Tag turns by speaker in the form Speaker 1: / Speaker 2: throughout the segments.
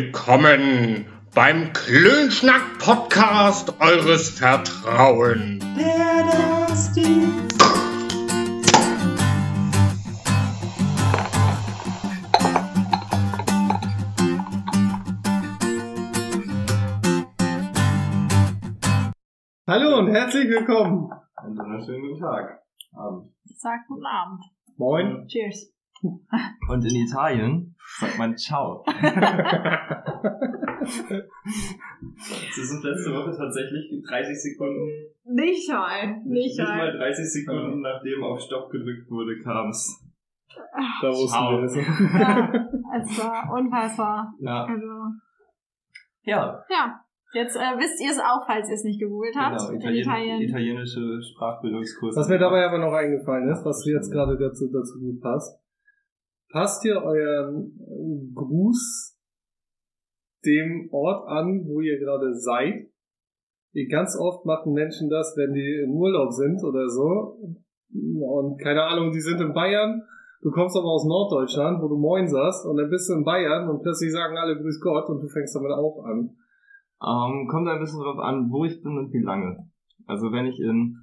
Speaker 1: Willkommen beim Klönschnack-Podcast eures Vertrauens.
Speaker 2: Hallo und herzlich willkommen.
Speaker 3: Einen wunderschönen guten Tag. Abend.
Speaker 4: Ich sag guten Abend.
Speaker 2: Moin.
Speaker 4: Cheers.
Speaker 3: Und in Italien sagt man Ciao. Sie sind letzte Woche tatsächlich 30 Sekunden,
Speaker 4: Nicht mal. Nicht
Speaker 3: nicht
Speaker 4: mal.
Speaker 3: mal 30 Sekunden nachdem auf Stopp gedrückt wurde, kam's.
Speaker 2: Da wussten
Speaker 3: Ciao.
Speaker 2: wir es.
Speaker 4: Ja, es war unfassbar.
Speaker 3: Ja.
Speaker 4: Also,
Speaker 3: Ja,
Speaker 4: ja. Jetzt äh, wisst ihr es auch, falls ihr es nicht gegoogelt habt.
Speaker 3: genau.
Speaker 4: in Italien.
Speaker 3: Italien, italienische Sprachbildungskurse.
Speaker 2: Was mir dabei aber noch eingefallen ist, was jetzt gerade dazu, dazu gut passt. Passt ihr euren äh, Gruß dem Ort an, wo ihr gerade seid? Ihr- Ganz oft machen Menschen das, wenn die im Urlaub sind oder so. Und keine Ahnung, die sind in Bayern. Du kommst aber aus Norddeutschland, wo du Moin sagst, und dann bist du in Bayern und plötzlich sagen alle Grüß Gott und du fängst damit auch an.
Speaker 3: Ähm, kommt ein bisschen drauf an, wo ich bin und wie lange. Also wenn ich in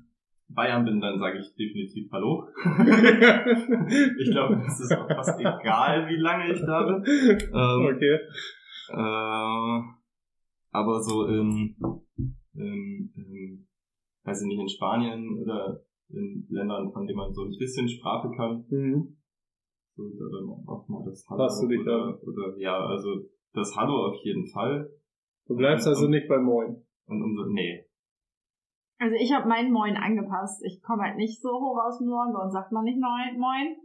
Speaker 3: Bayern bin, dann sage ich definitiv Hallo. ich glaube, es ist auch fast egal, wie lange ich da bin. Ähm,
Speaker 2: Okay.
Speaker 3: Äh, aber so in, in, in, weiß ich nicht, in Spanien oder in Ländern, von denen man so ein bisschen Sprache kann,
Speaker 2: Mhm.
Speaker 3: so da dann auch mal das Hallo.
Speaker 2: Passt du dich
Speaker 3: oder, oder ja, also das Hallo auf jeden Fall.
Speaker 2: Du bleibst
Speaker 3: ähm,
Speaker 2: also nicht bei Moin.
Speaker 3: Und umso, nee.
Speaker 4: Also ich habe meinen Moin angepasst. Ich komme halt nicht so hoch aus dem Norden, bei uns sagt man nicht Moin. Moin.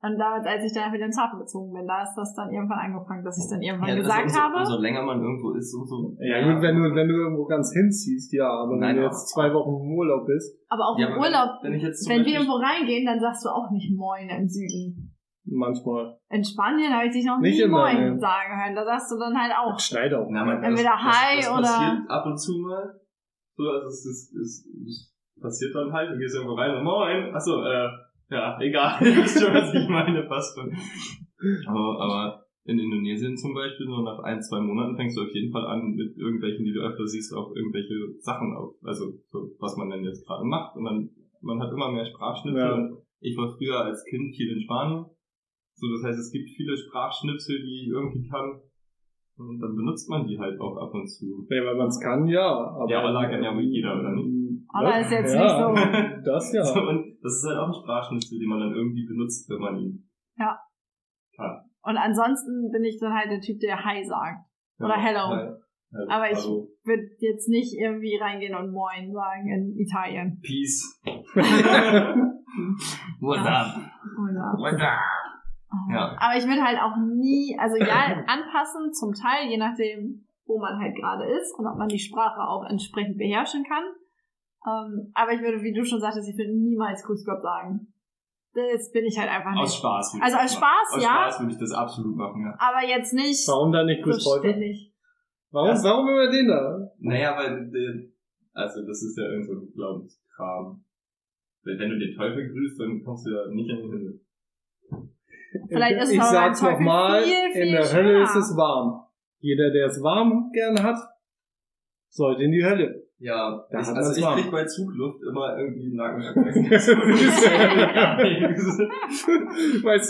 Speaker 4: Und damals, als ich da nach Wilhelmshaven gezogen bin, da ist das dann irgendwann angefangen, dass ich dann irgendwann
Speaker 3: also
Speaker 4: gesagt
Speaker 3: umso,
Speaker 4: habe.
Speaker 3: Umso länger man irgendwo ist, umso.
Speaker 2: Ja, gut, wenn du, wenn du irgendwo ganz hinziehst, ja, aber wenn
Speaker 3: Nein,
Speaker 2: du
Speaker 3: ja.
Speaker 2: jetzt zwei Wochen im Urlaub bist,
Speaker 4: aber auch
Speaker 3: Ja,
Speaker 4: im
Speaker 3: aber wenn-
Speaker 4: Urlaub,
Speaker 3: wenn ich jetzt zum
Speaker 4: wenn wir
Speaker 3: Beispiel-
Speaker 4: irgendwo reingehen, dann sagst du auch nicht Moin im Süden.
Speaker 2: manchmal.
Speaker 4: In Spanien habe ich dich noch
Speaker 2: Nicht
Speaker 4: nie
Speaker 2: immer, ne.
Speaker 4: Moin sagen hören. Da sagst du dann halt auch.
Speaker 2: Schneide auch.
Speaker 3: Na, man,
Speaker 4: Entweder hi
Speaker 3: das, das
Speaker 4: oder-
Speaker 3: passiert ab und zu mal. So, also es, es, es, es passiert dann halt, du gehst irgendwo rein und moin. Achso, äh, ja, egal. Du wisst schon, was ich meine, passt schon. Aber, aber in Indonesien zum Beispiel, so nach ein, zwei Monaten fängst du auf jeden Fall an, mit irgendwelchen, die du öfter siehst, auch irgendwelche Sachen auf. Also, so, was man denn jetzt gerade macht. Und dann, man hat immer mehr Sprachschnitte.
Speaker 2: Ja.
Speaker 3: Und ich war früher als Kind viel in Spanien. So, das heißt, es gibt viele Sprachschnipsel, die ich irgendwie kann. Und dann benutzt man die halt auch ab und zu.
Speaker 2: Ja, weil man es kann, ja. Aber Ne?
Speaker 3: Ja, aber da kann ja wohl jeder, oder nicht?
Speaker 4: Aber ist jetzt
Speaker 2: ja,
Speaker 4: nicht
Speaker 2: Das ja.
Speaker 3: So, und das ist halt auch ein Sprachschnipsel, den man dann irgendwie benutzt, wenn man ihn.
Speaker 4: Ja.
Speaker 3: Kann.
Speaker 4: Und ansonsten bin ich dann halt der Typ, der Hi sagt. Oder hello.
Speaker 3: Halt,
Speaker 4: Aber ich-
Speaker 3: hallo.
Speaker 4: Wird jetzt nicht irgendwie reingehen und Moin sagen in Italien.
Speaker 3: Peace.
Speaker 4: What's
Speaker 3: up?
Speaker 4: Oder
Speaker 3: What's up? Ja.
Speaker 4: Aber ich würde halt auch nie, also ja, anpassen, zum Teil, je nachdem, wo man halt gerade ist und ob man die Sprache auch entsprechend beherrschen kann. Ähm, aber ich würde, wie du schon sagtest, ich würde niemals Grüß Gott sagen. Das bin ich halt einfach nicht.
Speaker 3: Aus Spaß. würde ich
Speaker 4: also
Speaker 3: das
Speaker 4: aus
Speaker 3: machen.
Speaker 4: Spaß,
Speaker 3: Aus
Speaker 4: ja,
Speaker 3: Spaß würde ich das absolut machen, ja.
Speaker 4: aber jetzt nicht
Speaker 2: Warum dann nicht
Speaker 4: so
Speaker 2: Grüß Beute?
Speaker 4: ständig.
Speaker 2: Warum, warum immer den da?
Speaker 3: Naja, weil, äh, also das ist ja irgend so ein Glaubenskram. Wenn wenn du den Teufel grüßt, dann kommst du ja nicht in den Himmel.
Speaker 4: Vielleicht ist es
Speaker 2: ich
Speaker 4: aber
Speaker 2: sag's
Speaker 4: beim Teufel
Speaker 2: nochmal,
Speaker 4: viel, viel
Speaker 2: in der Hölle
Speaker 4: schöner.
Speaker 2: ist es warm. Jeder, der es warm gern hat, sollte in die Hölle.
Speaker 3: Ja,
Speaker 2: Da
Speaker 3: ich,
Speaker 2: hat man's
Speaker 3: also ich
Speaker 2: warm.
Speaker 3: krieg bei Zugluft immer irgendwie einen Nacken.
Speaker 2: weißt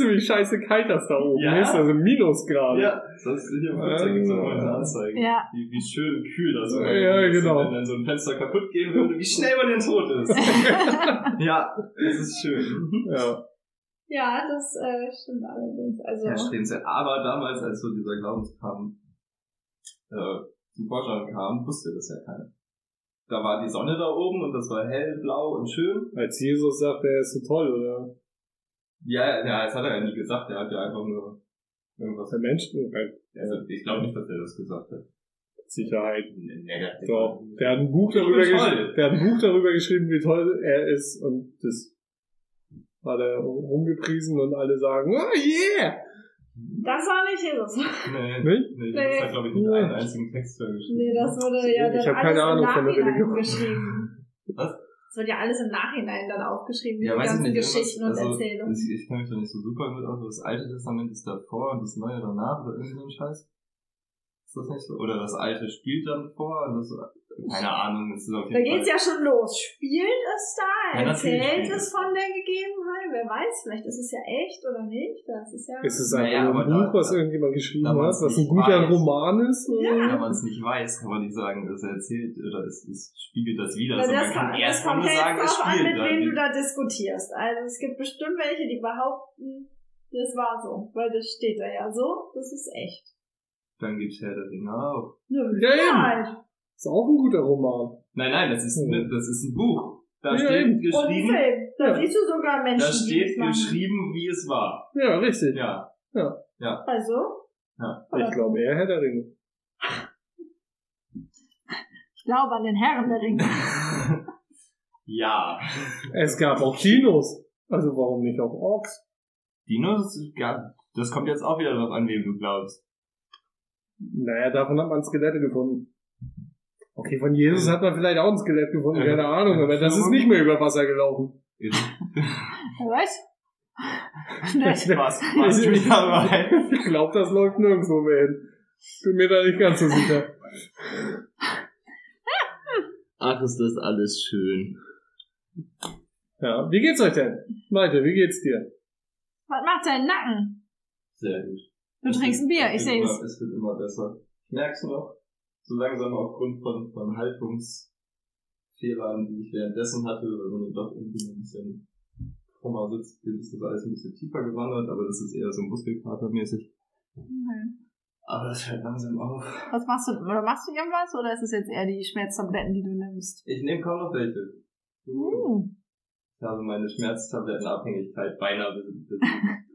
Speaker 2: du, wie scheiße kalt das da oben
Speaker 3: Ja.
Speaker 2: ist? Also Minusgrade.
Speaker 3: ja, genau. sonst hier im Flugzeug gibt's auch mal eine Anzeige.
Speaker 4: Ja.
Speaker 3: Wie, wie schön kühl das immer
Speaker 2: Ja,
Speaker 3: ist.
Speaker 2: genau.
Speaker 3: Wenn dann so ein Fenster kaputt gehen würde, wie schnell man denn tot ist. ja, das ist schön.
Speaker 2: ja.
Speaker 4: Ja, das äh, stimmt allerdings. Also,
Speaker 3: Ja, stimmt. Aber damals, als so dieser Glaubenskram äh, zum Vorschein kam, wusste das ja keiner. Da war die Sonne da oben und das war hell, blau und schön.
Speaker 2: Als Jesus sagt, er ist so toll, oder?
Speaker 3: Ja, ja, das hat er ja nie gesagt. Er hat ja einfach nur irgendwas.
Speaker 2: Der Mensch, äh,
Speaker 3: Also, ich glaube nicht, dass er das gesagt hat.
Speaker 2: Sicherheit.
Speaker 3: Nee, nee,
Speaker 2: Doch. Der hat ein Buch
Speaker 3: Ich bin
Speaker 2: darüber
Speaker 3: toll.
Speaker 2: geschrieben. Der hat ein Buch darüber geschrieben, wie toll er ist. Und das war der rumgepriesen und alle sagen, oh yeah!
Speaker 4: das war nicht Jesus.
Speaker 3: Nee, nee,
Speaker 2: Nicht?
Speaker 3: nee.
Speaker 4: Nee.
Speaker 3: das hat, glaube ich, nicht
Speaker 2: Nee.
Speaker 3: einen einzigen Text da geschrieben.
Speaker 4: Nee, das wurde ja dann
Speaker 2: Ich hab
Speaker 4: alles
Speaker 2: keine Ahnung
Speaker 4: im
Speaker 2: von der
Speaker 4: Nachhinein
Speaker 2: Religion.
Speaker 4: geschrieben.
Speaker 3: Was?
Speaker 4: Das wird ja alles im Nachhinein dann aufgeschrieben, die
Speaker 3: Ja, weiß ich
Speaker 4: ganzen
Speaker 3: nicht.
Speaker 4: Geschichten und
Speaker 3: irgendwas- also,
Speaker 4: Erzählungen.
Speaker 3: Ich, ich kenne mich da nicht so super mit aus, aber das Alte Testament ist davor und das Neue danach oder irgendwie so ein Scheiß. Ist das nicht so? Oder das alte spielt dann vor? und Das, keine Ahnung, es ist auf
Speaker 4: Da
Speaker 3: jeden
Speaker 4: geht's
Speaker 3: Fall.
Speaker 4: ja schon los. Spielt es da?
Speaker 3: Ja, natürlich
Speaker 4: erzählt
Speaker 3: spielt
Speaker 4: es
Speaker 3: es.
Speaker 4: von der Gegebenheit? Wer weiß, vielleicht ist es ja echt oder nicht. Das ist ja.
Speaker 2: Es ist
Speaker 3: Naja,
Speaker 2: einfach nur ein
Speaker 3: aber da-
Speaker 2: Buch, was
Speaker 3: da-
Speaker 2: irgendjemand geschrieben
Speaker 3: da
Speaker 2: hat,
Speaker 3: man's
Speaker 2: was ein
Speaker 3: nicht
Speaker 2: guter
Speaker 3: weiß.
Speaker 2: Roman ist.
Speaker 4: Ja.
Speaker 3: Wenn man es nicht weiß, kann man nicht sagen, es erzählt oder es, es spiegelt das wieder.
Speaker 4: Weil
Speaker 3: sondern
Speaker 4: Also das,
Speaker 3: man
Speaker 4: kommt-
Speaker 3: kann
Speaker 4: das
Speaker 3: erst mal
Speaker 4: kommt
Speaker 3: nur
Speaker 4: ja
Speaker 3: sagen, es
Speaker 4: jetzt drauf an,
Speaker 3: spielt.
Speaker 4: mit
Speaker 3: dann.
Speaker 4: wem du da diskutierst. Also es gibt bestimmt welche, die behaupten, das war so, weil das steht da ja so, das ist echt.
Speaker 3: dann gibt's Herr der Ringe auch.
Speaker 4: Nö,
Speaker 2: Ja, eben.
Speaker 4: halt.
Speaker 2: Ist auch ein guter Roman.
Speaker 3: Nein, nein, das ist, ne, das ist ein Buch. Da
Speaker 2: Ja, eben.
Speaker 3: steht
Speaker 4: Und ein
Speaker 3: geschrieben,
Speaker 4: Film. Da
Speaker 2: Ja.
Speaker 4: siehst du sogar Menschen.
Speaker 3: da
Speaker 4: die
Speaker 3: steht
Speaker 4: das machen.
Speaker 3: geschrieben, wie es war.
Speaker 2: Ja, richtig.
Speaker 3: Ja.
Speaker 4: Also,
Speaker 2: Ich glaube eher Herr der Ringe.
Speaker 4: ich glaube an den Herren der Ringe.
Speaker 3: ja.
Speaker 2: Es gab auch Dinos. Also warum nicht auch Orks?
Speaker 3: Dinos, ist gar- das kommt jetzt auch wieder drauf an, wem du glaubst.
Speaker 2: Naja, davon hat man Skelette gefunden. Okay, von Jesus hat man vielleicht auch ein Skelett gefunden,
Speaker 3: Ja.
Speaker 2: keine Ahnung, aber das ist nicht mehr über Wasser gelaufen.
Speaker 4: Was? Nicht.
Speaker 3: Was? Was du wieder dabei?
Speaker 2: Ich glaube, das läuft nirgendwo mehr hin. Bin mir da nicht ganz so sicher.
Speaker 3: Ach, ist das alles schön.
Speaker 2: Ja, wie geht's euch denn? Malte, wie geht's dir?
Speaker 4: Was macht dein Nacken?
Speaker 3: Sehr gut.
Speaker 4: Du
Speaker 3: Es
Speaker 4: trinkst ein
Speaker 3: wird-
Speaker 4: Bier,
Speaker 3: es
Speaker 4: ich
Speaker 3: wird
Speaker 4: sehe es.
Speaker 3: immer- Es wird immer besser. Ich merk's noch, so langsam aufgrund von, von Haltungsfehlern, die ich währenddessen hatte, weil man dann doch irgendwie ein bisschen krummer sitzt, ist das alles ein bisschen tiefer gewandert, aber das ist eher so muskelkatermäßig. Aber das hört langsam auf.
Speaker 4: Was machst du? Oder machst du irgendwas? Oder ist es jetzt eher die Schmerztabletten, die du nimmst?
Speaker 3: Ich nehme kaum noch welche.
Speaker 4: Hm.
Speaker 3: Ich habe meine Schmerztablettenabhängigkeit beinahe besiegt.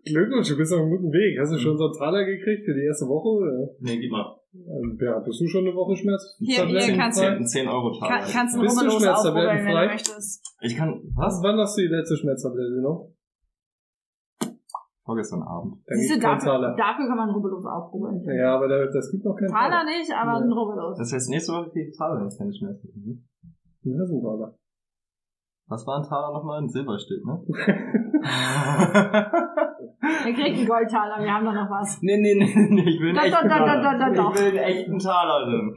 Speaker 2: Glückwunsch, du bist auf einem guten Weg. Hast du schon so einen Taler gekriegt für die erste Woche? oder?
Speaker 3: nee, gib mal.
Speaker 2: Ähm, Ja, bist du schon eine Woche Schmerz?
Speaker 4: Hier, hier
Speaker 2: Tabletten-
Speaker 4: kannst du-
Speaker 3: Ein 10 euro
Speaker 4: Kann,
Speaker 3: Tag.
Speaker 4: kannst du
Speaker 2: Bist du
Speaker 4: Rubbellos
Speaker 2: schmerztablettenfrei?
Speaker 4: aufrubbeln, wenn du möchtest.
Speaker 3: Ich kann, was?
Speaker 2: Wann hast du die letzte Schmerztablette genommen?
Speaker 3: Vorgestern Abend.
Speaker 2: Da
Speaker 4: Siehst du,
Speaker 2: gibt's keinen
Speaker 4: dafür,
Speaker 2: Taler.
Speaker 4: dafür kann man Rubbellos aufrubbeln.
Speaker 2: Ja, aber da, das gibt noch keinen
Speaker 4: Taler
Speaker 2: Taler.
Speaker 4: nicht, aber ein Rubbellos.
Speaker 3: Das heißt, nächste Woche kriege ich Taler, wenn ich keine Schmerzen habe.
Speaker 2: Das ist ein Taler.
Speaker 3: Was war ein Taler nochmal? Ein Silberstück, ne?
Speaker 4: Wir kriegen einen Goldtaler, wir haben doch noch was.
Speaker 3: nee, nee, nee, nee, ich will einen
Speaker 4: Doch,
Speaker 3: echten
Speaker 4: doch, doch,
Speaker 3: Taler.
Speaker 4: doch, doch, doch,
Speaker 3: Ich will einen echten Taler drin.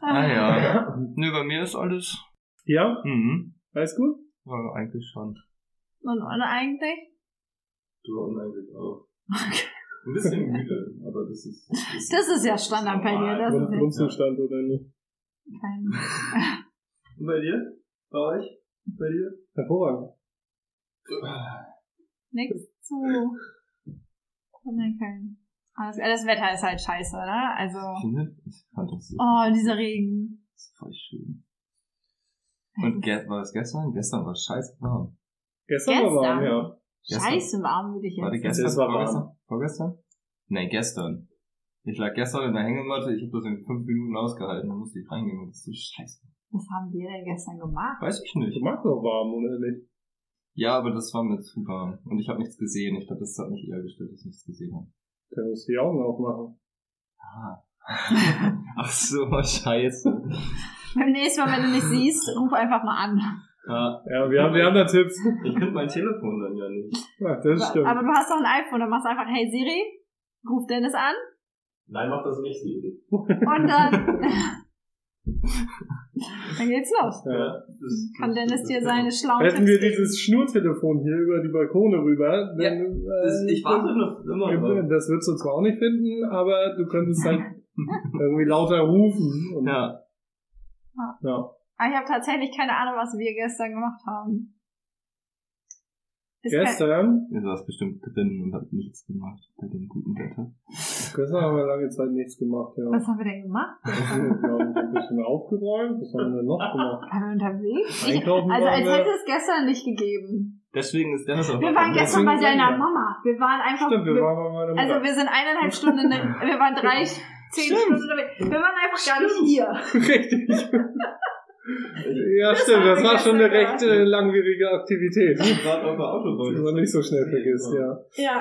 Speaker 3: Ah ja. Nö, bei mir ist alles.
Speaker 2: Ja,
Speaker 3: Mhm.
Speaker 2: alles gut?
Speaker 3: Ja, eigentlich schon.
Speaker 4: Und, und eigentlich?
Speaker 3: Du und eigentlich auch. Ein bisschen müde, aber das ist.
Speaker 4: Das ist ja Standard bei dir, das ist
Speaker 3: ist normal.
Speaker 2: Grundzustand oder nicht?
Speaker 4: Kein-
Speaker 3: Und bei dir? Bei euch? Bei dir?
Speaker 2: Hervorragend.
Speaker 4: Nix zu. Nein, Das, das Wetter ist halt scheiße, ne? Also.
Speaker 3: Ich finde, ich fand das so-
Speaker 4: Oh, dieser Regen.
Speaker 3: das ist voll schön. Und ge war es gestern? Gestern war es scheiße warm.
Speaker 2: Gestern,
Speaker 4: Gestern.
Speaker 2: war warm, ja.
Speaker 3: Gestern.
Speaker 4: Scheiße warm, würde ich jetzt
Speaker 3: Warte,
Speaker 4: sagen.
Speaker 3: gestern?
Speaker 2: Das war
Speaker 3: vorgestern? Vorgestern? Nee, gestern. Ich lag gestern in der Hängematte, ich habe das in fünf Minuten ausgehalten, dann musste ich reingehen und das ist so scheiße.
Speaker 4: Was haben wir denn gestern gemacht?
Speaker 3: Weiß ich
Speaker 2: Du
Speaker 3: nicht.
Speaker 2: magst auch warm, oder nicht?
Speaker 3: Ja, aber das war mir zu warm. Und ich habe nichts gesehen. Ich glaube, das hat mich eher gestört, dass ich nichts gesehen habe.
Speaker 2: Dann musst du die Augen aufmachen.
Speaker 3: Ah. Ach so, scheiße.
Speaker 4: Beim nächsten Mal, wenn du nicht siehst, ruf einfach mal an.
Speaker 3: Ja,
Speaker 2: Ja, wir haben, wir haben da Tipps.
Speaker 3: ich finde mein Telefon dann ja nicht.
Speaker 2: Ja, das stimmt.
Speaker 4: Aber du hast doch ein iPhone, dann machst du einfach, hey Siri, ruf Dennis an
Speaker 3: Nein, mach das nicht, Siri.
Speaker 4: und dann. dann geht's los.
Speaker 2: ja.
Speaker 3: Das-
Speaker 4: Kann
Speaker 3: das-
Speaker 4: Dennis
Speaker 3: das-
Speaker 4: dir
Speaker 3: das-
Speaker 4: seine schlauen
Speaker 2: Hätten wir
Speaker 4: Tipps geben.
Speaker 2: dieses Schnurtelefon hier über die Balkone rüber,
Speaker 3: Ja,
Speaker 2: dann,
Speaker 3: Das,
Speaker 2: äh,
Speaker 3: ich warte noch immer
Speaker 2: Ja,
Speaker 3: drauf.
Speaker 2: Das würdest du zwar auch nicht finden, aber du könntest halt irgendwie lauter rufen. Und,
Speaker 3: Ja,
Speaker 2: ja.
Speaker 4: Aber ah, ich habe tatsächlich keine Ahnung, was wir gestern gemacht haben. Ist kein-
Speaker 2: Gestern,
Speaker 3: ihr saß bestimmt drinnen und habt nichts gemacht bei dem guten Wetter.
Speaker 2: gestern haben wir lange Zeit nichts gemacht, ja.
Speaker 4: Was haben wir denn gemacht?
Speaker 2: Wir haben ein bisschen aufgeräumt, was haben wir noch gemacht?
Speaker 4: Waren wir unterwegs? Ich,
Speaker 2: Einkaufen
Speaker 4: also
Speaker 2: waren
Speaker 4: als
Speaker 2: wir.
Speaker 4: hätte es gestern nicht gegeben.
Speaker 3: Deswegen ist Dennis auch
Speaker 4: Wir waren
Speaker 2: Deswegen
Speaker 4: gestern bei
Speaker 2: sagen
Speaker 4: deiner
Speaker 2: wir.
Speaker 4: Mama. Wir waren einfach.
Speaker 2: Stimmt, wir
Speaker 4: wir-
Speaker 2: waren bei meiner Mutter.
Speaker 4: Also wir sind eineinhalb Stunden, in der- wir waren drei, zehn
Speaker 2: Stimmt.
Speaker 4: Stunden unterwegs. Wir waren einfach gar nicht hier.
Speaker 2: Richtig. ja, stimmt,
Speaker 4: haben
Speaker 2: das
Speaker 4: wir
Speaker 2: war schon eine
Speaker 4: gestern
Speaker 2: recht äh, langwierige Aktivität.
Speaker 3: Ich war auf der Autobahn.
Speaker 2: Die man nicht so schnell vergisst, ja.
Speaker 4: Ja,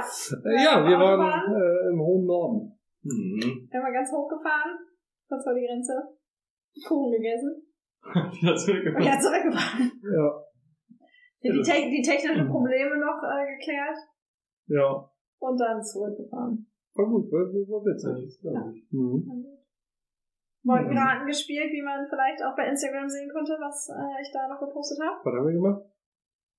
Speaker 2: Äh, ja, wir waren äh, im hohen Norden.
Speaker 3: Mhm.
Speaker 4: wir haben ganz hochgefahren, kurz vor die Grenze, Kuchen gegessen
Speaker 3: Wieder zurückgekommen.
Speaker 4: und ja zurückgefahren.
Speaker 2: Ja,
Speaker 4: Die, Te die technischen Probleme noch äh, geklärt
Speaker 2: ja.
Speaker 4: und dann zurückgefahren.
Speaker 2: War gut, war, war, war witzig.
Speaker 3: Das glaub ich.
Speaker 2: Mhm.
Speaker 5: Morgen Piraten gespielt, wie man vielleicht auch bei Instagram sehen konnte, was äh, ich da noch gepostet habe.
Speaker 2: Was haben wir gemacht?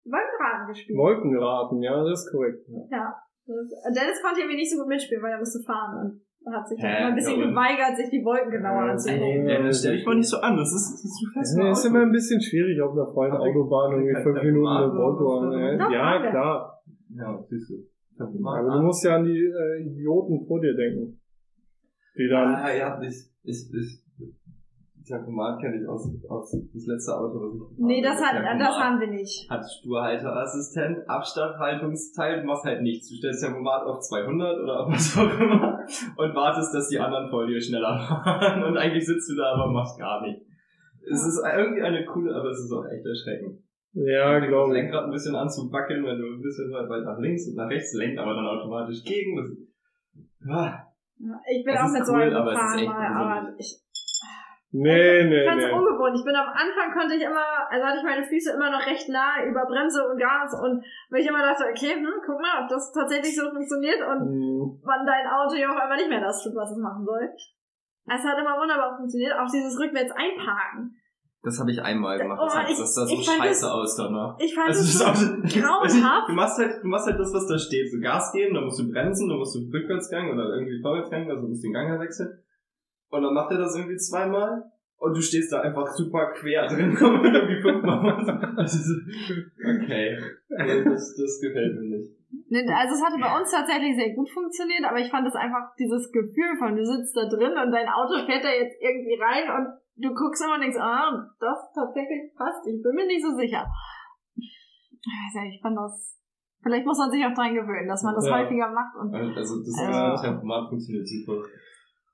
Speaker 5: Morgen Piraten gespielt.
Speaker 2: Wolkenraten, ja, das ist korrekt. Ja.
Speaker 5: Ja. Das- Dennis konnte irgendwie nicht so gut mitspielen, weil er musste fahren und hat sich
Speaker 3: Hä?
Speaker 5: immer ein bisschen
Speaker 3: Ja, und-
Speaker 5: geweigert, sich die Wolken genauer
Speaker 2: Äh, nee.
Speaker 5: anzugucken.
Speaker 3: Dennis, stell dich mal nicht so an, das ist, das ist zu fest.
Speaker 2: Nee, ist immer ein bisschen schwierig auf einer freien
Speaker 3: Hab ich-
Speaker 2: Autobahn irgendwie
Speaker 3: hab ich
Speaker 2: fünf
Speaker 3: kein
Speaker 2: Minuten
Speaker 3: Tempomat
Speaker 2: eine Wolkenbahn.
Speaker 3: oder
Speaker 2: ne?
Speaker 5: was? Doch,
Speaker 2: Ja,
Speaker 5: haben
Speaker 2: klar.
Speaker 3: Ja, siehst du.
Speaker 2: Aber du musst ja an die äh, Idioten vor dir denken. Die dann.
Speaker 3: Ah, ja, ich, ich, ich, Tachomat kenne ich aus, aus das letzte Auto, was ich gefahren
Speaker 5: Nee, das, hat,
Speaker 3: Tachomat
Speaker 5: das haben wir nicht.
Speaker 3: hat Spurhalteassistent, Abstandhaltungsteil, du machst halt nichts. Du stellst Tempomat auf 200 oder auf was auch immer und wartest, dass die anderen vor dir schneller fahren und eigentlich sitzt du da, aber machst gar nichts. Es ist irgendwie eine coole, aber es ist auch echt erschreckend.
Speaker 2: Ja,
Speaker 3: Das
Speaker 2: glaube ich.
Speaker 3: Lenkrad ein bisschen anzuwackeln, wenn du ein bisschen weit, weit nach links und nach rechts lenkt, aber dann automatisch gegen. Das, ah,
Speaker 5: Ich bin
Speaker 3: Das
Speaker 5: auch
Speaker 3: ist
Speaker 5: mit so
Speaker 3: cool,
Speaker 5: einem
Speaker 3: aber es ist
Speaker 5: gefahren
Speaker 3: echt
Speaker 5: mal, aber ich
Speaker 2: Nee, nee,
Speaker 5: fand
Speaker 2: nee.
Speaker 5: es ungewohnt. Ich bin am Anfang konnte ich immer, also hatte ich meine Füße immer noch recht nah über Bremse und Gas und weil ich immer dachte, okay, hm, guck mal, ob das tatsächlich so funktioniert und
Speaker 2: Mhm.
Speaker 5: wann dein Auto ja auf einmal nicht mehr das tut, was es machen soll. Es hat immer wunderbar funktioniert, auch dieses rückwärts einparken.
Speaker 3: das habe ich einmal gemacht. Das,
Speaker 5: Oh,
Speaker 3: hat,
Speaker 5: ich-
Speaker 3: das sah so
Speaker 5: ich fand
Speaker 3: scheiße
Speaker 5: das-
Speaker 3: aus danach.
Speaker 5: Ich fand
Speaker 3: Also,
Speaker 5: es
Speaker 3: das
Speaker 5: so
Speaker 3: ist auch,
Speaker 5: grauenhaft.
Speaker 3: weiß nicht, du machst halt, du machst halt das, was da steht. So Gas geben, dann musst du bremsen, dann musst du Rückwärtsgang oder irgendwie Vorwärtsgang, also musst den Gang halt wechseln. Und dann macht er das irgendwie zweimal. Und du stehst da einfach super quer drin, komm irgendwie fünfmal. Das ist so, okay. Nee, Das, das gefällt mir nicht.
Speaker 5: Ne, Also es hatte bei uns tatsächlich sehr gut funktioniert, aber ich fand es einfach dieses Gefühl von, du sitzt da drin und dein Auto fährt da jetzt irgendwie rein und du guckst immer und denkst, ah, das tatsächlich passt, ich bin mir nicht so sicher. Ich weiß nicht, ich fand das, vielleicht muss man sich auch dran gewöhnen, dass man das
Speaker 2: Ja.
Speaker 5: häufiger macht und
Speaker 3: Also das
Speaker 5: Ja.
Speaker 3: ist Tempomat funktioniert super.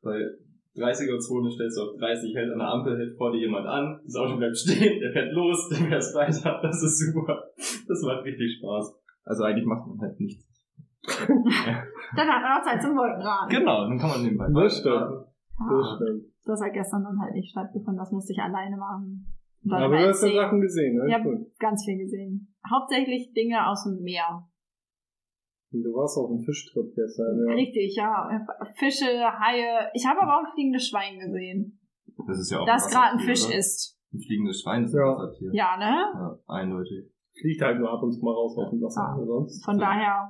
Speaker 3: Weil 30er-Zone stellst du auf 30, hält an der Ampel, hält vor dir jemand an, das Auto bleibt stehen, der fährt los, der fährt weiter, das ist super. Das macht richtig Spaß. Also eigentlich macht man halt nichts.
Speaker 5: dann hat man auch Zeit zum Ah, Wolkenraten.
Speaker 3: Genau, dann kann man nebenbei.
Speaker 2: Das stimmt. Das
Speaker 5: Ah,
Speaker 2: stimmt.
Speaker 5: das hat gestern dann halt nicht stattgefunden, das musste ich alleine machen. Und dann
Speaker 2: Aber
Speaker 5: beim
Speaker 2: du hast ja
Speaker 5: Sehen
Speaker 2: Sachen gesehen, ne?
Speaker 5: Ja.
Speaker 2: Cool.
Speaker 5: ganz viel gesehen. Hauptsächlich Dinge aus dem Meer.
Speaker 2: Und du warst auf einem Fischtrip gestern, ja.
Speaker 5: Richtig, ja. Fische, Haie. Ich habe aber auch ein fliegendes Schwein gesehen,
Speaker 3: Das ist ja auch
Speaker 5: das
Speaker 3: ein
Speaker 5: gerade ein
Speaker 3: Wassertier,
Speaker 5: Fisch
Speaker 3: oder?
Speaker 5: ist.
Speaker 3: Ein fliegendes Schwein ist ein
Speaker 2: Ja.
Speaker 3: Wassertier.
Speaker 5: Ja, ne?
Speaker 3: Ja, eindeutig.
Speaker 2: Fliegt halt nur ab und zu mal raus auf dem Wasser.
Speaker 5: Ah.
Speaker 2: aber Sonst.
Speaker 5: Von
Speaker 3: Ja.
Speaker 5: daher.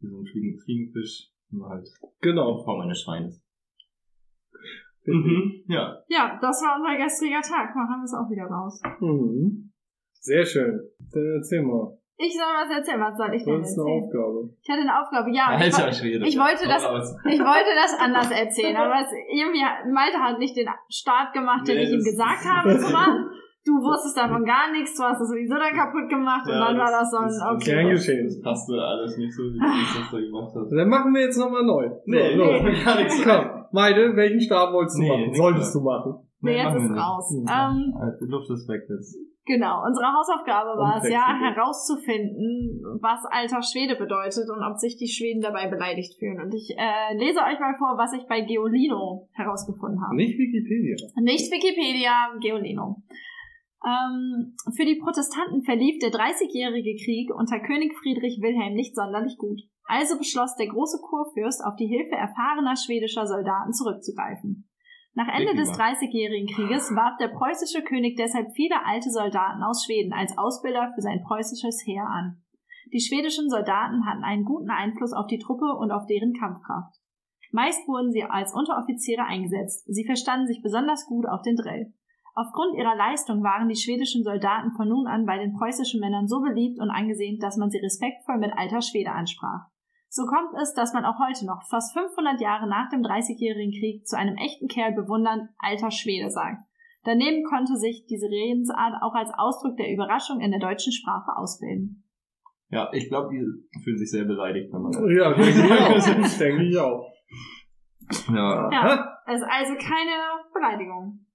Speaker 3: Wie so ein fliegen, Fliegenfisch, nur halt
Speaker 2: Genau.
Speaker 3: auch Form eines Schweines.
Speaker 2: Mhm.
Speaker 3: Mhm, ja.
Speaker 5: Ja, das war unser gestriger Tag. Machen wir es auch wieder raus.
Speaker 2: Mhm. Sehr schön. Dann erzähl mal.
Speaker 5: Ich soll was erzählen. Was soll ich
Speaker 2: Du
Speaker 5: denn
Speaker 2: hast eine
Speaker 5: erzählen?
Speaker 2: Aufgabe.
Speaker 5: Ich hatte eine Aufgabe. Ja, und ich,
Speaker 3: Alter
Speaker 5: wo-
Speaker 3: Schwede.
Speaker 5: ich wollte das-
Speaker 3: Hau raus.
Speaker 5: ich wollte das anders erzählen, aber es, irgendwie, hat- Malte hat nicht den Start gemacht, den
Speaker 3: Nee,
Speaker 5: ich ihm
Speaker 3: das-
Speaker 5: gesagt habe zu machen. Du wusstest davon gar nichts, du hast es sowieso dann kaputt gemacht und
Speaker 3: Ja,
Speaker 5: dann war das so ein, okay. Ah.
Speaker 2: Gern
Speaker 3: passt-
Speaker 2: geschehen.
Speaker 3: Das passte alles nicht so, wie du es das da gemacht hast.
Speaker 2: Dann machen wir jetzt nochmal neu.
Speaker 3: Nee,
Speaker 2: so,
Speaker 3: nee,
Speaker 2: los.
Speaker 3: gar nichts.
Speaker 2: Komm, Meide, welchen Start wolltest du
Speaker 3: Nee,
Speaker 2: machen?
Speaker 3: nix
Speaker 2: Solltest du machen.
Speaker 5: Nee, jetzt
Speaker 3: machen wir
Speaker 5: ist
Speaker 3: nicht.
Speaker 5: raus.
Speaker 2: Mhm.
Speaker 5: Ähm,
Speaker 3: Also, Die Luft ist weg jetzt.
Speaker 5: Genau, unsere Hausaufgabe war es ja,
Speaker 2: Unflexibel.
Speaker 5: herauszufinden, was alter Schwede bedeutet und ob sich die Schweden dabei beleidigt fühlen. Und ich äh, lese euch mal vor, was ich bei Geolino herausgefunden habe.
Speaker 2: Nicht Wikipedia.
Speaker 5: Nicht Wikipedia, Geolino. Ähm, für die Protestanten verlief der Dreißigjährige Krieg unter König Friedrich Wilhelm nicht sonderlich gut. Also beschloss der große Kurfürst, auf die Hilfe erfahrener schwedischer Soldaten zurückzugreifen. Nach Ende des
Speaker 3: Wikinger.
Speaker 5: Dreißigjährigen Krieges warb der preußische König deshalb viele alte Soldaten aus Schweden als Ausbilder für sein preußisches Heer an. Die schwedischen Soldaten hatten einen guten Einfluss auf die Truppe und auf deren Kampfkraft. Meist wurden sie als Unteroffiziere eingesetzt. Sie verstanden sich besonders gut auf den Drill. Aufgrund ihrer Leistung waren die schwedischen Soldaten von nun an bei den preußischen Männern so beliebt und angesehen, dass man sie respektvoll mit alter Schwede ansprach. So kommt es, dass man auch heute noch, fast 500 Jahre nach dem Dreißigjährigen Krieg, zu einem echten Kerl bewundernd alter Schwede sagt. Daneben konnte sich diese Redensart auch als Ausdruck der Überraschung in der deutschen Sprache ausbilden.
Speaker 3: Ja, ich glaube, die fühlen sich sehr beleidigt, wenn man das.
Speaker 2: Ja, denke ich auch. denke ich auch.
Speaker 3: Ja,
Speaker 5: Ja, es ist also keine Beleidigung.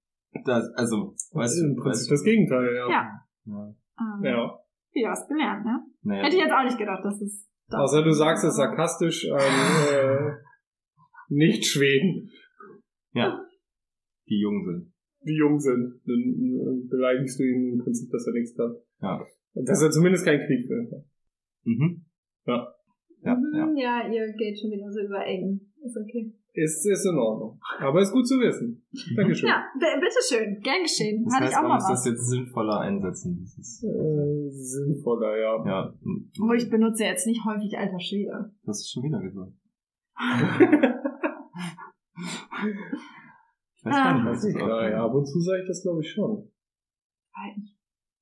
Speaker 3: das, also,
Speaker 2: Das
Speaker 3: weißt
Speaker 2: ist im
Speaker 3: du, weißt
Speaker 2: Prinzip
Speaker 3: du.
Speaker 2: das Gegenteil, ja.
Speaker 5: Ja.
Speaker 3: Ja.
Speaker 5: Ähm,
Speaker 2: Ja.
Speaker 5: Wieder was gelernt, ne? Hätte ich
Speaker 3: Naja,
Speaker 5: jetzt auch nicht gedacht, dass es das
Speaker 2: Außer Also du sagst es sarkastisch, ähm, äh, nicht Schweden,
Speaker 3: die jung sind.
Speaker 2: die jung sind. Dann äh, beleidigst du ihn im Prinzip, dass er nichts kann.
Speaker 3: Ja.
Speaker 2: Dass er zumindest keinen Krieg will.
Speaker 3: Mhm. Ja, ja.
Speaker 4: Hm, ja, ihr geht schon wieder so über Engen. Ist okay.
Speaker 2: Ist, ist in Ordnung. Aber ist gut zu wissen. Dankeschön.
Speaker 4: Ja, b- bitteschön. Gern geschehen.
Speaker 3: Das
Speaker 4: Hatte
Speaker 3: heißt,
Speaker 4: ich auch
Speaker 3: man
Speaker 4: mal
Speaker 3: muss das
Speaker 4: was.
Speaker 3: jetzt sinnvoller einsetzen. Dieses,
Speaker 2: Äh, sinnvoller, ja.
Speaker 3: ja, hm,
Speaker 4: Aber ich benutze jetzt nicht häufig alter Schwede.
Speaker 3: das ist schon wieder gesagt. ich weiß gar nicht, was ich
Speaker 2: Ah. Ja, ja, ab und zu sage ich das, glaube ich, schon.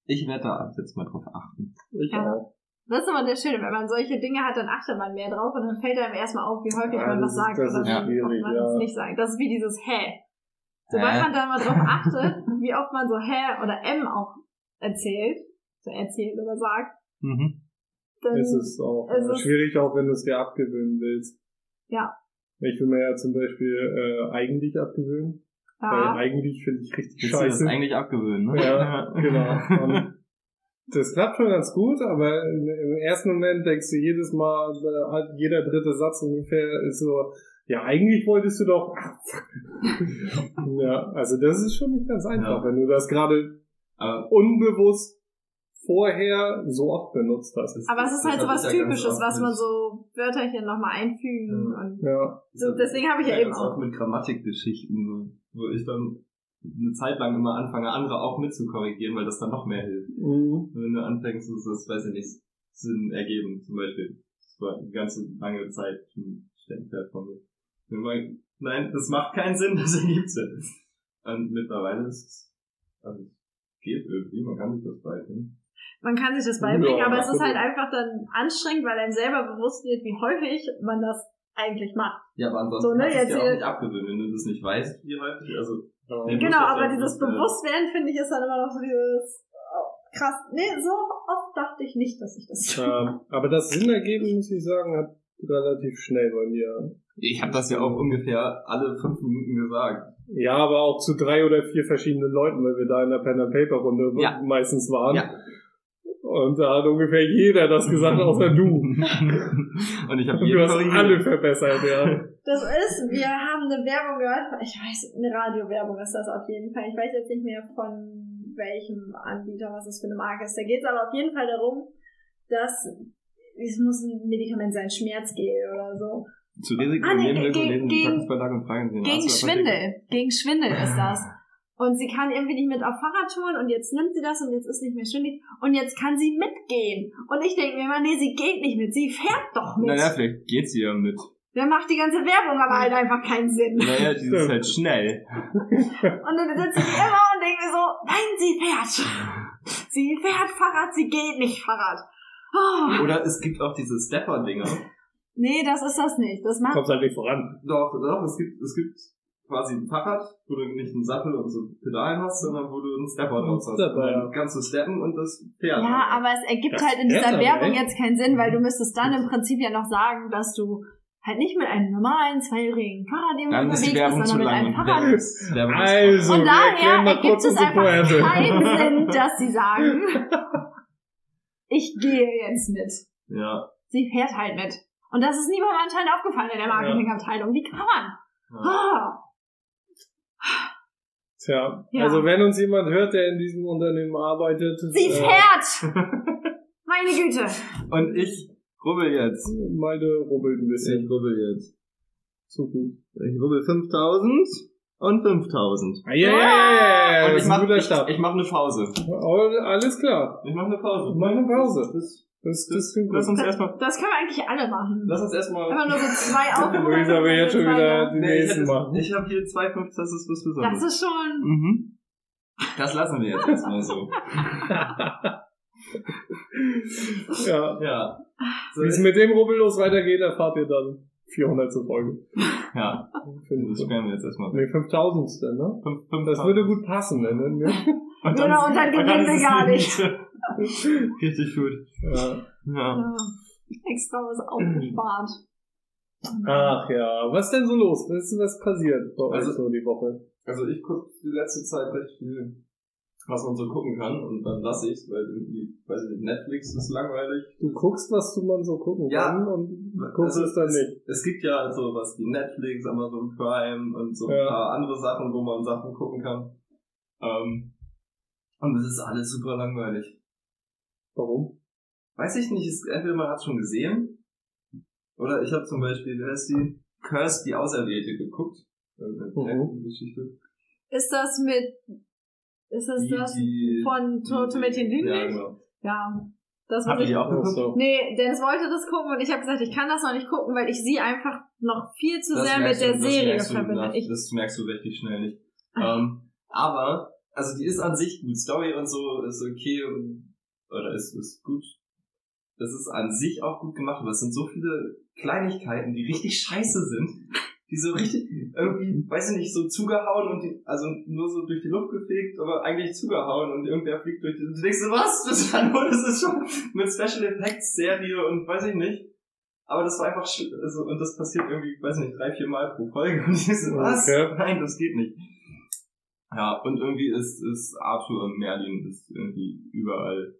Speaker 3: Ich werde da ab jetzt mal drauf achten.
Speaker 2: Ich
Speaker 4: Ja.
Speaker 2: auch.
Speaker 4: Das ist immer der Schöne, wenn man solche Dinge hat, dann achtet man mehr drauf und dann fällt einem erstmal auf, wie häufig
Speaker 2: Ja,
Speaker 4: man
Speaker 2: das
Speaker 4: was
Speaker 2: ist-
Speaker 4: sagt
Speaker 2: das
Speaker 4: oder
Speaker 2: ist
Speaker 4: wie
Speaker 2: schwierig,
Speaker 4: oft man
Speaker 2: ja.
Speaker 4: das nicht sagt. Das ist wie dieses Hä. Sobald
Speaker 3: Hä?
Speaker 4: man da mal drauf achtet, wie oft man so Hä oder M auch erzählt, so erzählt oder sagt,
Speaker 3: Mhm.
Speaker 4: dann
Speaker 2: Ist es auch
Speaker 4: Es
Speaker 2: äh,
Speaker 4: ist-
Speaker 2: schwierig, auch wenn du es dir abgewöhnen willst.
Speaker 4: Ja.
Speaker 2: Ich will mir ja zum Beispiel äh, eigentlich abgewöhnen, weil
Speaker 4: ja,
Speaker 2: eigentlich finde ich richtig
Speaker 3: Willst du das
Speaker 2: scheiße.
Speaker 3: eigentlich abgewöhnen, ne?
Speaker 2: Ja, genau. Und das klappt schon ganz gut, aber im- im ersten Moment denkst du jedes Mal, äh, hat jeder dritte Satz ungefähr ist so, ja, eigentlich wolltest du doch. ah, ja, also das ist schon nicht ganz einfach,
Speaker 3: Ja.
Speaker 2: wenn du das gerade äh,
Speaker 3: Aber
Speaker 2: unbewusst vorher so oft benutzt hast.
Speaker 4: aber es ist halt so was
Speaker 3: Das ist ja ganz
Speaker 4: Typisches,
Speaker 3: oft
Speaker 4: was man
Speaker 3: nicht.
Speaker 4: so Wörterchen nochmal einfügen
Speaker 3: Ja.
Speaker 4: und
Speaker 2: Ja,
Speaker 4: so, deswegen habe ich ja
Speaker 3: Ja, genau.
Speaker 4: eben
Speaker 3: das
Speaker 4: auch.
Speaker 3: mit Grammatikgeschichten, so, wo ich dann eine Zeit lang immer anfange, andere auch mitzukorrigieren, weil das dann noch mehr hilft.
Speaker 2: mhm.
Speaker 3: Wenn du anfängst, ist das, weiß ich nicht, Sinn ergeben, zum Beispiel. Das war eine ganze lange Zeit ein Steckenpferd von mir. Wenn man, nein, das macht keinen Sinn, das ergibt Sinn. Und mittlerweile ist es, also, es geht irgendwie, man kann sich das beibringen.
Speaker 4: Man kann sich das beibringen,
Speaker 2: Ja,
Speaker 4: aber es ist
Speaker 2: absolut.
Speaker 4: halt einfach dann anstrengend, weil einem selber bewusst wird, wie häufig man das eigentlich macht.
Speaker 3: Ja, aber ansonsten
Speaker 4: So, ne,
Speaker 3: kannst du es
Speaker 4: jetzt
Speaker 3: dir auch
Speaker 4: hier-
Speaker 3: nicht abgewöhnt, wenn du das nicht weißt, wie häufig, also,
Speaker 2: Ja.
Speaker 3: muss
Speaker 4: genau,
Speaker 3: das
Speaker 4: aber
Speaker 3: ja
Speaker 4: dieses
Speaker 3: bewusst werden.
Speaker 4: Bewusstwerden, finde ich, ist dann immer noch so dieses oh, krass. Nee, so oft dachte ich nicht, dass ich das tue.
Speaker 2: Ähm, aber das Sinn ergeben, muss ich sagen, hat relativ schnell bei mir.
Speaker 3: ich habe das ja auch ungefähr alle fünf Minuten gesagt.
Speaker 2: Ja, aber auch zu drei oder vier verschiedenen Leuten, weil wir da in der Pen and Paper Runde
Speaker 3: Ja.
Speaker 2: meistens waren.
Speaker 3: Ja.
Speaker 2: Und da hat ungefähr jeder das gesagt, außer du.
Speaker 3: Und ich habe
Speaker 2: Du hast alle verbessert, ja.
Speaker 4: Das ist, wir haben eine Werbung gehört, ich weiß, eine Radiowerbung ist das auf jeden Fall. Ich weiß jetzt nicht mehr von welchem Anbieter, was das für eine Marke ist. Da geht es aber auf jeden Fall darum, dass es muss ein Medikament sein, Schmerzgel oder so.
Speaker 3: Zu Risiken
Speaker 4: Ah,
Speaker 3: ah,
Speaker 4: nee, ge-
Speaker 3: nehmen Hilfe
Speaker 4: gegen-
Speaker 3: lesen die Packungsbeilage und fragen sie nach.
Speaker 4: Gegen
Speaker 3: Hast du Apotheke?
Speaker 4: Schwindel. Gegen Schwindel ist das. Und sie kann irgendwie nicht mit auf Fahrradtouren und jetzt nimmt sie das und jetzt ist nicht mehr schwindelig und jetzt kann sie mitgehen. Und ich denke mir immer, nee, sie geht nicht mit, sie fährt doch mit.
Speaker 3: Naja, vielleicht geht sie ja mit.
Speaker 4: Wer macht die ganze Werbung aber halt einfach keinen Sinn.
Speaker 3: Naja, die ist halt schnell.
Speaker 4: Und dann sitze ich immer und denke mir so, nein, sie fährt. Sie fährt Fahrrad, sie geht nicht Fahrrad. Oh.
Speaker 3: Oder es gibt auch diese Stepper-Dinger.
Speaker 4: Nee, das ist das nicht. Das macht
Speaker 2: Kommst halt nicht voran.
Speaker 3: Doch, doch, es gibt, es gibt quasi ein Fahrrad, wo du nicht einen Sattel und so Pedalen hast, sondern wo du einen Stepper drauf hast.
Speaker 2: Stepper,
Speaker 3: Und
Speaker 2: ja.
Speaker 3: dann kannst du steppen und das fährt.
Speaker 4: Ja, aber es ergibt
Speaker 2: Das
Speaker 4: halt in
Speaker 2: ist
Speaker 4: dieser
Speaker 2: aber
Speaker 4: Werbung
Speaker 2: echt.
Speaker 4: jetzt keinen Sinn, weil
Speaker 3: Mhm.
Speaker 4: du müsstest dann im Prinzip ja noch sagen, dass du halt nicht mit einem normalen zweijährigen Fahrrad
Speaker 3: Dann
Speaker 4: unterwegs
Speaker 3: ist die
Speaker 4: bist,
Speaker 3: Werbung
Speaker 4: sondern
Speaker 3: zu
Speaker 4: mit
Speaker 3: lang.
Speaker 4: einem
Speaker 3: und
Speaker 4: Fahrrad.
Speaker 3: Werbung ist- Werbung ist teuer.
Speaker 2: Also,
Speaker 4: Und
Speaker 2: wir erklären
Speaker 4: daher
Speaker 2: mal
Speaker 4: ergibt
Speaker 2: kurz
Speaker 4: es
Speaker 2: unsere
Speaker 4: einfach
Speaker 2: Vorherrschaft.
Speaker 4: keinen Sinn, dass sie sagen, ich gehe jetzt mit.
Speaker 3: Ja.
Speaker 4: Sie fährt halt mit. Und das ist niemandem anscheinend aufgefallen in der Marketingabteilung. Wie kann man?
Speaker 3: ja.
Speaker 4: Ah,
Speaker 2: Tja,
Speaker 4: Ja.
Speaker 2: also wenn uns jemand hört, der in diesem Unternehmen arbeitet. äh,
Speaker 4: sie fährt! Meine Güte.
Speaker 3: Und ich rubbel jetzt.
Speaker 2: Äh, meine rubbelt ein bisschen.
Speaker 3: Ich rubbel jetzt.
Speaker 2: Zu gut.
Speaker 3: Ich rubbel 5000 und 5000.
Speaker 2: Yeah! Das
Speaker 3: Und ich
Speaker 2: ist ein
Speaker 3: mach,
Speaker 2: guter
Speaker 3: ich,
Speaker 2: Start.
Speaker 3: ich mach eine Pause.
Speaker 2: Oh, Alles klar.
Speaker 3: Ich mach eine Pause.
Speaker 2: Mach eine Pause.
Speaker 3: Das,
Speaker 2: Das, das klingt gut.
Speaker 3: lass uns erstmal.
Speaker 4: Das können wir eigentlich alle machen.
Speaker 3: Lass uns erstmal.
Speaker 4: Immer nur so zwei Aufrufe.
Speaker 2: Luisa will jetzt schon wieder die
Speaker 3: Nee, ich
Speaker 2: nächsten
Speaker 3: hab,
Speaker 2: machen.
Speaker 3: ich hab hier zwei fünf, das ist was Besonderes.
Speaker 4: Das ist schon...
Speaker 3: mhm. Das lassen wir jetzt erstmal so.
Speaker 2: Ja.
Speaker 3: Ja. So
Speaker 2: Wie es mit dem rubbellos weitergeht, erfahrt ihr dann 400 zur Folge.
Speaker 3: ja, das Ah. sperren wir jetzt erstmal.
Speaker 2: Ne, 5000. Ne?
Speaker 3: Fünf, fünf,
Speaker 2: Das würde gut passen. Ne? Ne?
Speaker 3: Und
Speaker 4: Genau, und dann gewinnen wir
Speaker 3: ist es
Speaker 4: gar
Speaker 3: Richtig gut.
Speaker 2: Ja.
Speaker 3: Ja.
Speaker 4: Ja, äh, extra was aufgespart.
Speaker 2: Ach ja, was denn so los? Was ist was passiert bei euch
Speaker 3: Also-
Speaker 2: so die Woche?
Speaker 3: Also ich gucke die letzte Zeit recht viel, was man so gucken kann und dann lasse ich's, weil irgendwie, weiß ich nicht, Netflix ist langweilig.
Speaker 2: Du guckst, was du man so gucken
Speaker 3: Ja.
Speaker 2: kann und guckst
Speaker 3: Also
Speaker 2: es dann
Speaker 3: es,
Speaker 2: nicht.
Speaker 3: Es gibt ja sowas wie Netflix, Amazon Prime und so ein
Speaker 2: Ja.
Speaker 3: paar andere Sachen, wo man Sachen gucken kann. Ähm, und das ist alles super langweilig.
Speaker 2: Warum?
Speaker 3: Weiß ich nicht, es, entweder man hat schon gesehen Oder ich habe zum Beispiel, wie heißt die? Curse die Auserwählte geguckt. Irgendeine
Speaker 2: Mhm.
Speaker 3: Geschichte.
Speaker 4: Ist das mit. Ist das
Speaker 3: Die-
Speaker 4: das
Speaker 3: die-
Speaker 4: von To- Tomatien
Speaker 3: Ja,
Speaker 4: Lüglich?
Speaker 3: genau.
Speaker 4: Ja. Das war
Speaker 3: Habt ihr die
Speaker 4: ich.
Speaker 3: auch geguckt?
Speaker 4: Nee, Dennis wollte das gucken und ich habe gesagt, ich kann das noch nicht gucken, weil ich sie einfach noch viel zu sehr mit
Speaker 3: merkst
Speaker 4: der
Speaker 3: du-
Speaker 4: Serie
Speaker 3: merkst du
Speaker 4: verbinde.
Speaker 3: nach-
Speaker 4: Ich, Ah.
Speaker 3: das merkst du richtig schnell nicht. ähm, aber, also die ist an sich gut. Story und so ist okay und, oder ist, ist gut. Das ist an sich auch gut gemacht, aber es sind so viele Kleinigkeiten, die richtig scheiße sind, die so richtig irgendwie, weiß ich nicht, so zugehauen und die, also nur so durch die Luft gefegt, aber eigentlich zugehauen und irgendwer fliegt durch die und du denkst so, was? Das war nur, das ist schon mit Special Effects Serie und weiß ich nicht. Aber das war einfach, sch- also, und das passiert irgendwie, weiß nicht, drei, vier Mal pro Folge. Und ich so, was?
Speaker 2: Okay.
Speaker 3: Nein, das geht nicht. Ja, und irgendwie ist, ist Arthur und Merlin ist irgendwie überall.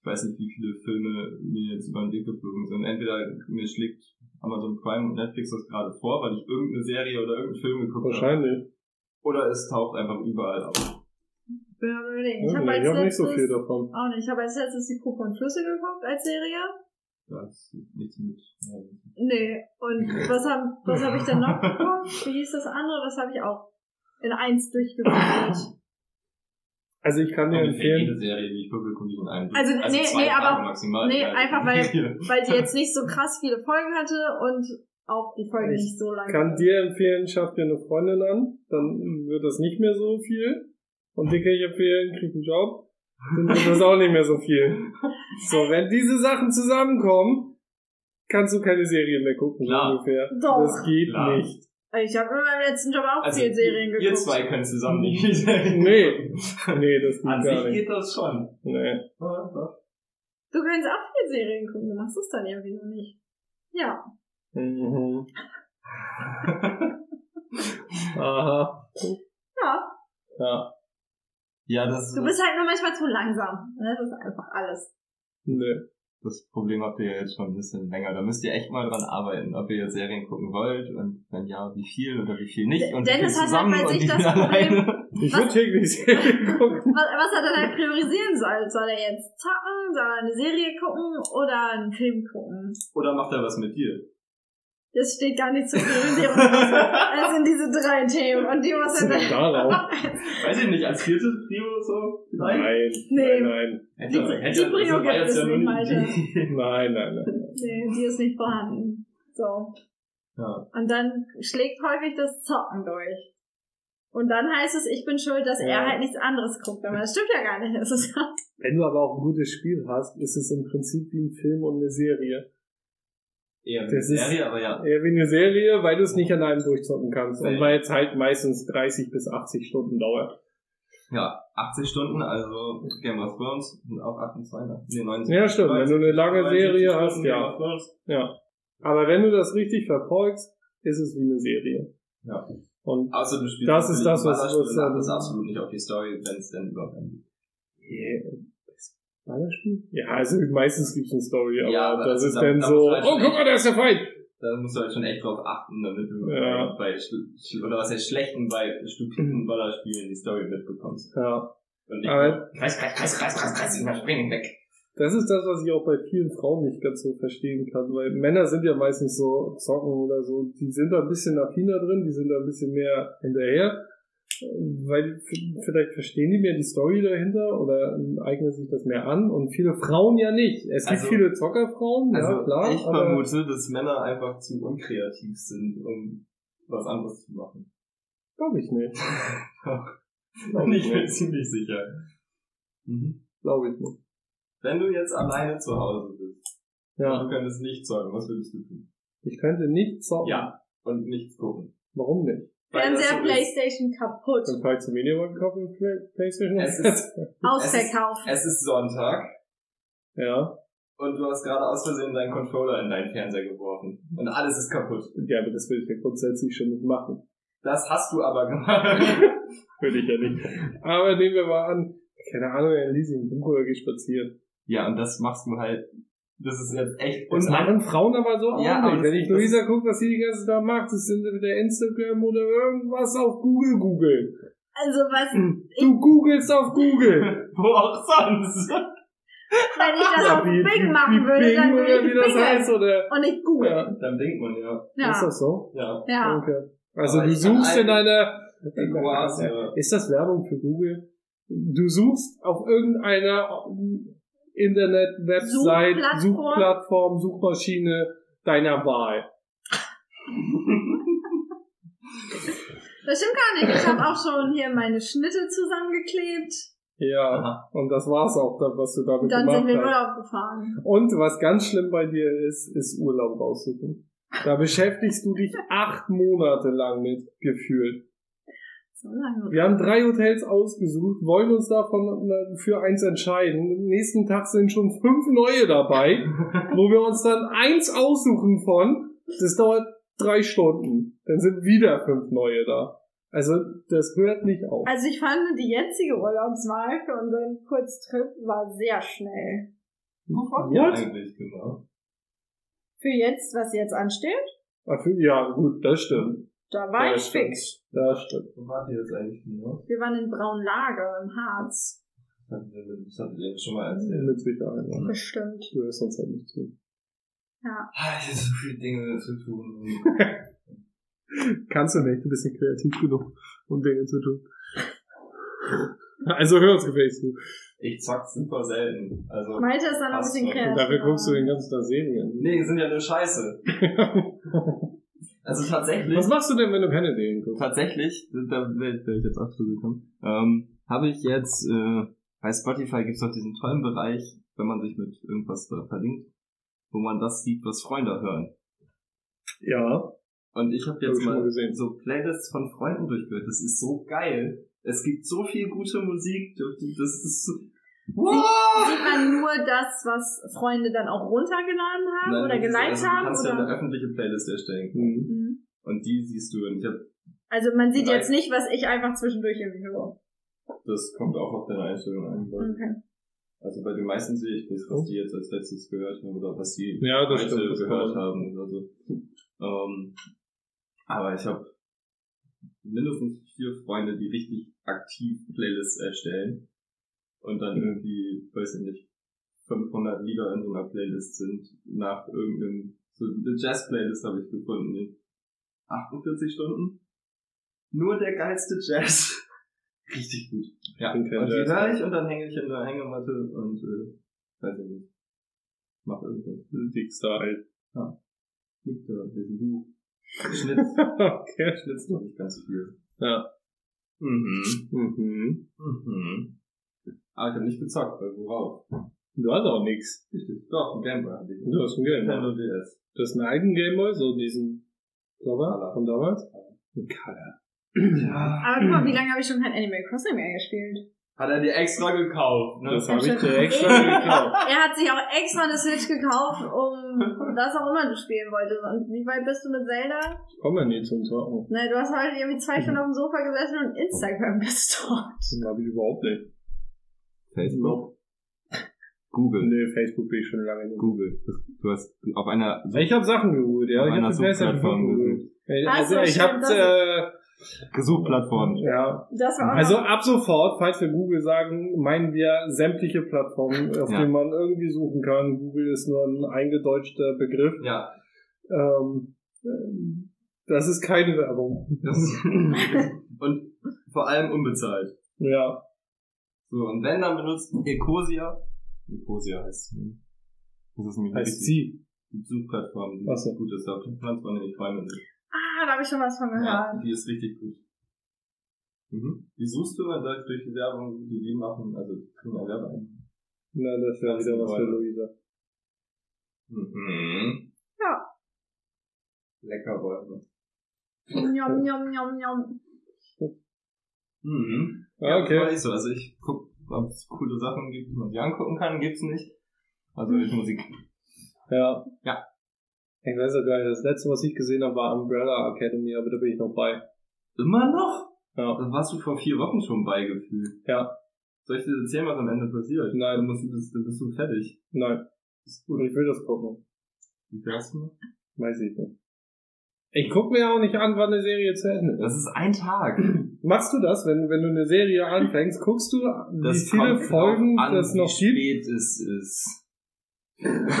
Speaker 3: Ich weiß nicht, wie viele Filme mir jetzt über den Weg geflogen sind. Entweder mir schlägt Amazon Prime und Netflix das gerade vor, weil ich irgendeine Serie oder irgendeinen Film geguckt habe.
Speaker 2: Wahrscheinlich.
Speaker 3: Oder es taucht einfach überall auf.
Speaker 4: bin am überlegen. Ich
Speaker 2: Ich
Speaker 4: habe als
Speaker 2: habe nicht so viel
Speaker 4: letztes.
Speaker 2: davon.
Speaker 4: Auch nicht. Ich habe als letztes die Kuh und Flüsse geguckt als Serie.
Speaker 3: Da ist nichts mit.
Speaker 4: Nee. Und was habe was hab ich denn noch geguckt? Wie hieß das andere? Das habe ich auch in eins durchgesucht.
Speaker 2: Also ich kann dir
Speaker 3: Mir fehlt
Speaker 2: empfehlen,
Speaker 3: jede Serie, die ich gucke, gucke ich in einem.
Speaker 4: Also, nee, nee, aber-
Speaker 3: Tage maximal.
Speaker 4: nee, einfach
Speaker 3: weil.
Speaker 4: Weil die jetzt nicht so krass viele Folgen hatte und auch die Folge nicht so lang.
Speaker 2: kann dir empfehlen, schaff dir eine Freundin an, dann wird das nicht mehr so viel. Und dir kann ich empfehlen, krieg einen Job, dann wird das auch nicht mehr so viel.
Speaker 4: Also
Speaker 2: So, wenn diese Sachen zusammenkommen, kannst du keine Serie mehr gucken, so
Speaker 3: Klar.
Speaker 2: ungefähr.
Speaker 4: Doch.
Speaker 2: Das geht
Speaker 3: Klar.
Speaker 2: nicht.
Speaker 4: Ich habe in meinem letzten Job auch
Speaker 3: Also,
Speaker 4: viel Serien geguckt.
Speaker 3: Ihr zwei können zusammen nicht die Serie
Speaker 2: Nee.
Speaker 3: gucken.
Speaker 2: Nee, das geht
Speaker 3: An
Speaker 2: gar
Speaker 3: sich
Speaker 2: nicht.
Speaker 3: geht das schon.
Speaker 2: Nee.
Speaker 3: Ja, doch.
Speaker 4: Du kannst auch viel Serien gucken, du machst es dann irgendwie noch nicht. Ja.
Speaker 2: Mhm. Aha.
Speaker 4: Ja.
Speaker 2: Ja.
Speaker 3: Ja, das ist
Speaker 4: Du bist halt nur manchmal zu langsam. Ne? Das ist einfach alles.
Speaker 2: Nee.
Speaker 3: das Problem habt ihr ja jetzt schon ein bisschen länger. Da müsst ihr echt mal dran arbeiten, ob ihr jetzt Serien gucken wollt und wenn ja, wie viel oder wie viel nicht.
Speaker 4: De-
Speaker 3: Und
Speaker 4: Dennis
Speaker 3: wie viel
Speaker 4: hat halt
Speaker 3: zusammen
Speaker 4: bei
Speaker 3: und
Speaker 4: sich
Speaker 3: wie
Speaker 4: das
Speaker 3: viel
Speaker 4: Problem-
Speaker 3: alleine.
Speaker 2: Ich
Speaker 4: Was-
Speaker 2: würde täglich Serien gucken.
Speaker 4: Was, was er dann halt priorisieren soll. Soll er jetzt zocken? Soll er eine Serie gucken? Oder einen Film gucken?
Speaker 3: Oder macht er was mit dir?
Speaker 4: Das steht gar nicht zur Priorisierung. Das sind diese drei Themen und die muss er dann...
Speaker 2: Darauf.
Speaker 3: Weiß ich nicht, als viertes Trio so
Speaker 2: Nein.
Speaker 3: vielleicht?
Speaker 4: Nee.
Speaker 2: Nein,
Speaker 4: Die- die Prio gibt es nicht, Malte.
Speaker 2: nein, nein, nein. nein.
Speaker 4: Nee, die ist nicht vorhanden. So.
Speaker 3: Ja.
Speaker 4: Und dann schlägt häufig das Zocken durch. Und dann heißt es, ich bin schuld, dass
Speaker 2: Ja.
Speaker 4: er halt nichts anderes guckt. Aber das stimmt ja gar nicht. Das ist
Speaker 2: Wenn du aber auch ein gutes Spiel hast, ist es im Prinzip wie ein Film und eine Serie.
Speaker 3: Eher
Speaker 2: Das ist-
Speaker 3: Serie, aber ja.
Speaker 2: Eher wie eine Serie, weil du es nicht an einem durchzocken kannst. Und
Speaker 3: Ja.
Speaker 2: weil es halt meistens 30 bis 80 Stunden dauert.
Speaker 3: Ja, 80 Stunden, also Game of Thrones sind auch 28, nee, 79.
Speaker 2: Ja, stimmt. Wenn du eine lange
Speaker 3: 79
Speaker 2: Serie
Speaker 3: Stunden
Speaker 2: hast,
Speaker 3: Game
Speaker 2: ja.
Speaker 3: of Thrones.
Speaker 2: Ja. Aber wenn du das richtig verfolgst, ist es wie eine Serie.
Speaker 3: Ja. Ah.
Speaker 2: Und
Speaker 3: Außer du spielst
Speaker 2: Das ist
Speaker 3: natürlich
Speaker 2: das, was-
Speaker 3: Ballerspiele
Speaker 2: was-
Speaker 3: an, das ist absolut nicht auf die Story, wenn es denn überhaupt eine
Speaker 2: Ballerspiel? Ja, also meistens gibt es eine Story, aber,
Speaker 3: Ja, aber
Speaker 2: das,
Speaker 3: das
Speaker 2: ist
Speaker 3: ist-
Speaker 2: dann
Speaker 3: da- da
Speaker 2: so,
Speaker 3: musst du halt
Speaker 2: oh,
Speaker 3: schon
Speaker 2: guck mal, da ist der Feind!
Speaker 3: Da musst du halt schon echt drauf achten, damit du
Speaker 2: Ja.
Speaker 3: bei, schl- schl- oder was heißt schlechten, bei stupiden Ballerspielen die Story mitbekommst.
Speaker 2: Ja.
Speaker 3: Und nicht
Speaker 2: Aber-
Speaker 3: nur kreis, kreis, kreis, kreis, kreis, kreis, überspringen, weg.
Speaker 2: Das ist das, was ich auch bei vielen Frauen nicht ganz so verstehen kann, weil Männer sind ja meistens so zocken oder so, die sind da ein bisschen affiner drin, die sind da ein bisschen mehr hinterher, äh, weil v- vielleicht verstehen die mehr die Story dahinter oder ähm, eignen sich das mehr an und viele Frauen ja nicht. Es gibt
Speaker 3: Also-
Speaker 2: viele Zockerfrauen,
Speaker 3: Also,
Speaker 2: ja klar,
Speaker 3: ich
Speaker 2: aber
Speaker 3: vermute, dass Männer einfach zu unkreativ sind, um was anderes zu machen.
Speaker 2: glaube ich nicht.
Speaker 3: Und ich bin ziemlich sicher. Mhm.
Speaker 2: Glaube ich nicht.
Speaker 3: Wenn du jetzt alleine zu Hause bist und
Speaker 2: Ja,
Speaker 3: du könntest nicht zocken, was würdest du tun?
Speaker 2: ich könnte nicht zocken.
Speaker 3: Ja. Und nichts gucken.
Speaker 2: Warum nicht?
Speaker 3: Weil das
Speaker 4: Fernseher,
Speaker 3: so ist.
Speaker 4: Playstation kaputt.
Speaker 2: Dann fahre ich zu weniger gekauft im Play- Playstation.
Speaker 3: Es ist,
Speaker 4: Ausverkauft.
Speaker 3: es ist Sonntag.
Speaker 2: ja.
Speaker 3: und du hast gerade aus Versehen deinen Controller in deinen Fernseher geworfen und alles ist kaputt.
Speaker 2: Ja, aber das will ich ja grundsätzlich schon nicht machen.
Speaker 3: Das hast du aber gemacht.
Speaker 2: Würde ich ja nicht. Aber nehmen wir mal an, keine Ahnung, er ließ sich im Bunker spazieren.
Speaker 3: ja, und das machst du halt. Das ist jetzt echt
Speaker 2: Das
Speaker 3: unangenehm.
Speaker 2: machen Frauen aber so
Speaker 3: Ja,
Speaker 2: auch
Speaker 3: aber
Speaker 2: nicht. Wenn
Speaker 3: das-
Speaker 2: ich Luisa gucke, was sie die ganze Zeit macht, das sind wieder Instagram oder irgendwas auf Google googeln.
Speaker 4: Also was,
Speaker 2: Du googelst auf Google.
Speaker 3: Wo auch sonst.
Speaker 4: Wenn ich das auf
Speaker 2: wie,
Speaker 4: Bing machen würde,
Speaker 2: Bing
Speaker 4: dann
Speaker 2: oder
Speaker 4: würde ich
Speaker 2: wie das
Speaker 4: Bing.
Speaker 2: heißt, oder?
Speaker 4: Und ich google.
Speaker 2: Ja.
Speaker 3: Dann denkt man ja.
Speaker 2: Ist
Speaker 4: Ja.
Speaker 2: das so?
Speaker 3: Ja.
Speaker 4: Ja.
Speaker 2: Okay. Also
Speaker 3: Aber
Speaker 2: du
Speaker 3: ich kann
Speaker 2: suchst in einer...
Speaker 3: Quasi, ja.
Speaker 2: Ist das Werbung für Google? Du suchst auf irgendeiner Internet-Website,
Speaker 4: Suchplattform?
Speaker 2: Suchplattform, Suchmaschine deiner Wahl.
Speaker 4: Das stimmt gar nicht. Ich habe auch schon hier meine Schnitte zusammengeklebt.
Speaker 2: Ja,
Speaker 3: Aha.
Speaker 2: und das war's auch, dann, was du damit
Speaker 4: Dann sind wir in
Speaker 2: gemacht hast.
Speaker 4: Urlaub gefahren.
Speaker 2: Und was ganz schlimm bei dir ist, ist Urlaub raussuchen. Da beschäftigst du dich acht Monate lang mit, gefühlt.
Speaker 4: So lange.
Speaker 2: Wir haben drei Hotels ausgesucht, wollen uns davon äh, für eins entscheiden. Am nächsten Tag sind schon fünf neue dabei, wo wir uns dann eins aussuchen von. Das dauert drei Stunden. Dann sind wieder fünf neue da. Also, das hört nicht auf.
Speaker 4: Also ich fand die jetzige Urlaubswahl für unseren Kurztrip war sehr schnell.
Speaker 2: Ja.
Speaker 3: Eigentlich, genau.
Speaker 4: Für jetzt, was jetzt ansteht,
Speaker 2: Dafür- Ja, gut, das stimmt.
Speaker 4: da war
Speaker 2: Ja,
Speaker 4: ich
Speaker 2: stimmt.
Speaker 4: fix.
Speaker 2: Das stimmt.
Speaker 3: Wo wart ihr jetzt eigentlich genau?
Speaker 4: Wir waren in Braunlage im Harz.
Speaker 3: Das hattet ihr- das hattet ihr mir schon mal erzählt.
Speaker 2: Mit Sicherheit. ja.
Speaker 4: Bestimmt.
Speaker 2: Du hörst uns halt nicht zu.
Speaker 4: Ja.
Speaker 3: Ah, Ich habe so viele Dinge zu tun.
Speaker 2: Kannst du nicht, du bist nicht kreativ genug, um Dinge zu tun. Also hör uns gefälligst zu.
Speaker 3: Ich zack super selten. Also,
Speaker 4: Malte ist dann noch ein bisschen
Speaker 3: Passt schon.
Speaker 4: kreativ.
Speaker 2: Dafür guckst du den ganzen Tag Serien.
Speaker 3: nee, sind ja nur Scheiße. Also tatsächlich.
Speaker 2: Was machst du denn, wenn du keine Serien guckst?
Speaker 3: tatsächlich, da wäre ich jetzt auch zu gekommen, ähm, habe ich jetzt, äh, bei Spotify gibt's doch diesen tollen Bereich, wenn man sich mit irgendwas da verlinkt, wo man das sieht, was Freunde hören.
Speaker 2: Ja.
Speaker 3: Und ich habe
Speaker 2: Hab
Speaker 3: jetzt
Speaker 2: ich schon
Speaker 3: mal
Speaker 2: mal gesehen.
Speaker 3: so Playlists von Freunden durchgehört. Das ist so geil. Es gibt so viel gute Musik. Das ist so...
Speaker 4: Sieht man nur das, was Freunde dann auch runtergeladen haben
Speaker 3: Nein,
Speaker 4: oder
Speaker 3: das ist-
Speaker 4: geliked
Speaker 3: also, Du
Speaker 4: haben?
Speaker 3: kannst ja eine
Speaker 4: Oder?
Speaker 3: öffentliche Playlist erstellen.
Speaker 2: Hm.
Speaker 4: Mhm.
Speaker 3: Und die siehst du. Und ich habe
Speaker 4: Also man sieht
Speaker 3: Nein.
Speaker 4: jetzt nicht, was ich einfach zwischendurch irgendwie höre.
Speaker 3: das kommt auch auf deine Einstellung an. weil-
Speaker 4: Okay.
Speaker 3: Also bei den meisten sehe ich das, was die jetzt als letztes gehört haben oder was die
Speaker 2: Oh. Ja, das
Speaker 3: heute
Speaker 2: stimmt. Das kann
Speaker 3: gehört
Speaker 2: man.
Speaker 3: haben oder so. Ähm, aber ich habe mindestens vier Freunde, die richtig aktiv Playlists erstellen und dann
Speaker 2: Mhm.
Speaker 3: irgendwie, weiß ich nicht, 500 Lieder in so einer Playlist sind nach irgendeinem, so eine Jazz-Playlist habe ich gefunden in 48 Stunden. Nur der geilste Jazz. Richtig gut. Ja,
Speaker 2: bin
Speaker 3: und die
Speaker 2: kein Jazz.
Speaker 3: höre ich und dann hänge ich in der Hängematte und, äh, weiß ich nicht, mach irgendwas.
Speaker 2: Liegst da halt.
Speaker 3: Liegt da, lese ein Buch. Schnitt,
Speaker 2: okay.
Speaker 3: schnitzt noch nicht ganz viel.
Speaker 2: Ja.
Speaker 3: Mhm.
Speaker 2: Mhm.
Speaker 3: Mhm. Aber ich habe nicht gezockt, weil worauf?
Speaker 2: Du hast auch nix.
Speaker 3: Richtig. Doch, ein Gameboy hatte ich.
Speaker 2: Du hast ein Game.
Speaker 3: Nintendo DS.
Speaker 2: Du hast einen eigenen Gameboy, so diesen Cover
Speaker 3: Color.
Speaker 2: von damals. Ein Color.
Speaker 3: Ja.
Speaker 4: Aber guck mal, wie lange habe ich schon kein Animal Crossing mehr gespielt?
Speaker 3: Hat er dir extra gekauft, ne?
Speaker 2: Das habe ich
Speaker 4: stimmt.
Speaker 2: dir extra gekauft.
Speaker 4: Er hat sich auch extra eine Switch gekauft, um was auch immer du spielen wolltest. Und wie weit bist du mit Zelda?
Speaker 2: Ich komme ja nie zum Zocken.
Speaker 4: Nein, du hast heute irgendwie zwei Stunden auf dem Sofa gesessen und Instagram gestalkt.
Speaker 2: Den habe ich überhaupt nicht.
Speaker 3: Facebook. Google.
Speaker 2: Nee, Facebook bin ich schon lange nicht.
Speaker 3: Google. Du hast auf einer
Speaker 2: Ich habe Sachen geholt, ja.
Speaker 3: Auf
Speaker 2: Ich
Speaker 3: einer
Speaker 2: habe die Playstation
Speaker 3: Suchplattform
Speaker 2: geholt. Äh,
Speaker 4: Ach
Speaker 2: Also
Speaker 4: so,
Speaker 2: ich
Speaker 4: stimmt,
Speaker 2: habe,
Speaker 4: das-
Speaker 2: äh,
Speaker 3: Gesuchplattform.
Speaker 2: ja.
Speaker 4: Das war auch
Speaker 2: Also
Speaker 4: noch,
Speaker 2: ab sofort, falls wir Google sagen, meinen wir sämtliche Plattformen, auf
Speaker 3: Ja.
Speaker 2: denen man irgendwie suchen kann. Google ist nur ein eingedeutschter Begriff.
Speaker 3: Ja.
Speaker 2: Ähm, ähm, das ist keine Werbung.
Speaker 3: Das und vor allem unbezahlt.
Speaker 2: Ja.
Speaker 3: So, und wenn, dann benutzt Ecosia. Ecosia heißt sie. Das ist nämlich
Speaker 2: Heißt
Speaker 3: richtig.
Speaker 2: sie.
Speaker 3: die Suchplattform, die
Speaker 2: Ach so.
Speaker 3: gut ist. Da pflanzt man nämlich Bäume mit.
Speaker 4: ah, da habe ich schon was von
Speaker 3: Ja,
Speaker 4: gehört.
Speaker 3: die ist richtig gut. Mhm. Die suchst du und dann durch die Werbung, die die machen, also die kriegen ja Werbung.
Speaker 2: Na, das wäre wieder was für Luisa.
Speaker 3: Mhm.
Speaker 4: Ja.
Speaker 3: Lecker ne? Bäume.
Speaker 4: Njom, njom, njom, njom.
Speaker 3: Mhm. Ja,
Speaker 2: Ah,
Speaker 3: okay. das
Speaker 2: Okay.
Speaker 3: war ich so. Also ich guck, ob es coole Sachen gibt, die man sich angucken kann, gibt's nicht. Also ich Musik.
Speaker 2: Ja.
Speaker 3: Ja.
Speaker 2: Ich weiß ja gar nicht, das letzte, was ich gesehen habe, war Umbrella Academy, aber da bin ich noch bei.
Speaker 3: Immer noch?
Speaker 2: Ja.
Speaker 3: Da warst du vor vier Wochen schon bei gefühlt.
Speaker 2: Ja.
Speaker 3: Soll ich dir erzählen, was am Ende passiert?
Speaker 2: Nein.
Speaker 3: Dann, musst du, das- dann bist du fertig.
Speaker 2: Nein. Ist gut. Ich will das gucken.
Speaker 3: Wie fährst du?
Speaker 2: Weiß ich nicht. Ich guck mir auch nicht an, wann eine Serie zu Ende ist.
Speaker 3: Das ist ein Tag.
Speaker 2: Machst du das, wenn, wenn du eine Serie anfängst, guckst du, wie
Speaker 3: Das
Speaker 2: viele
Speaker 3: kommt drauf
Speaker 2: Folgen
Speaker 3: an,
Speaker 2: das noch
Speaker 3: wie
Speaker 2: gibt?
Speaker 3: spät es ist.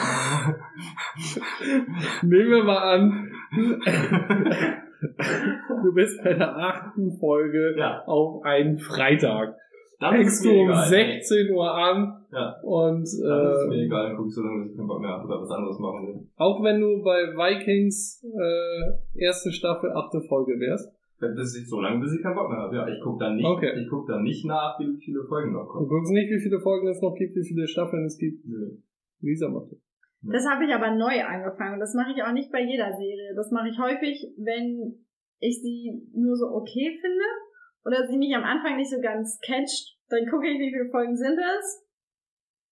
Speaker 2: Nehmen wir mal an, du bist bei der achten Folge
Speaker 3: ja,
Speaker 2: auf einen Freitag.
Speaker 3: dann ist es
Speaker 2: Fängst du
Speaker 3: mir
Speaker 2: um
Speaker 3: egal.
Speaker 2: 16 Uhr an
Speaker 3: Ja.
Speaker 2: und
Speaker 3: Dann ist es mir
Speaker 2: äh,
Speaker 3: egal, guck so lange, dass ich keinen Bock mehr habe oder was anderes machen will.
Speaker 2: auch wenn du bei Vikings äh, erste Staffel, achte Folge wärst,
Speaker 3: Bis ich so lange, bis ich keinen Bock mehr habe. Ja, ich guck dann nicht,
Speaker 2: Okay.
Speaker 3: ich guck dann nicht nach, wie viele Folgen noch
Speaker 2: du
Speaker 3: kommen.
Speaker 2: guckst nicht, wie viele Folgen es noch gibt, wie viele Staffeln es gibt. Lisa macht das.
Speaker 4: Das habe ich aber neu angefangen. Das mache ich auch nicht bei jeder Serie. Das mache ich häufig, wenn ich sie nur so okay finde oder sie mich am Anfang nicht so ganz catcht. Dann gucke ich, wie viele Folgen sind es.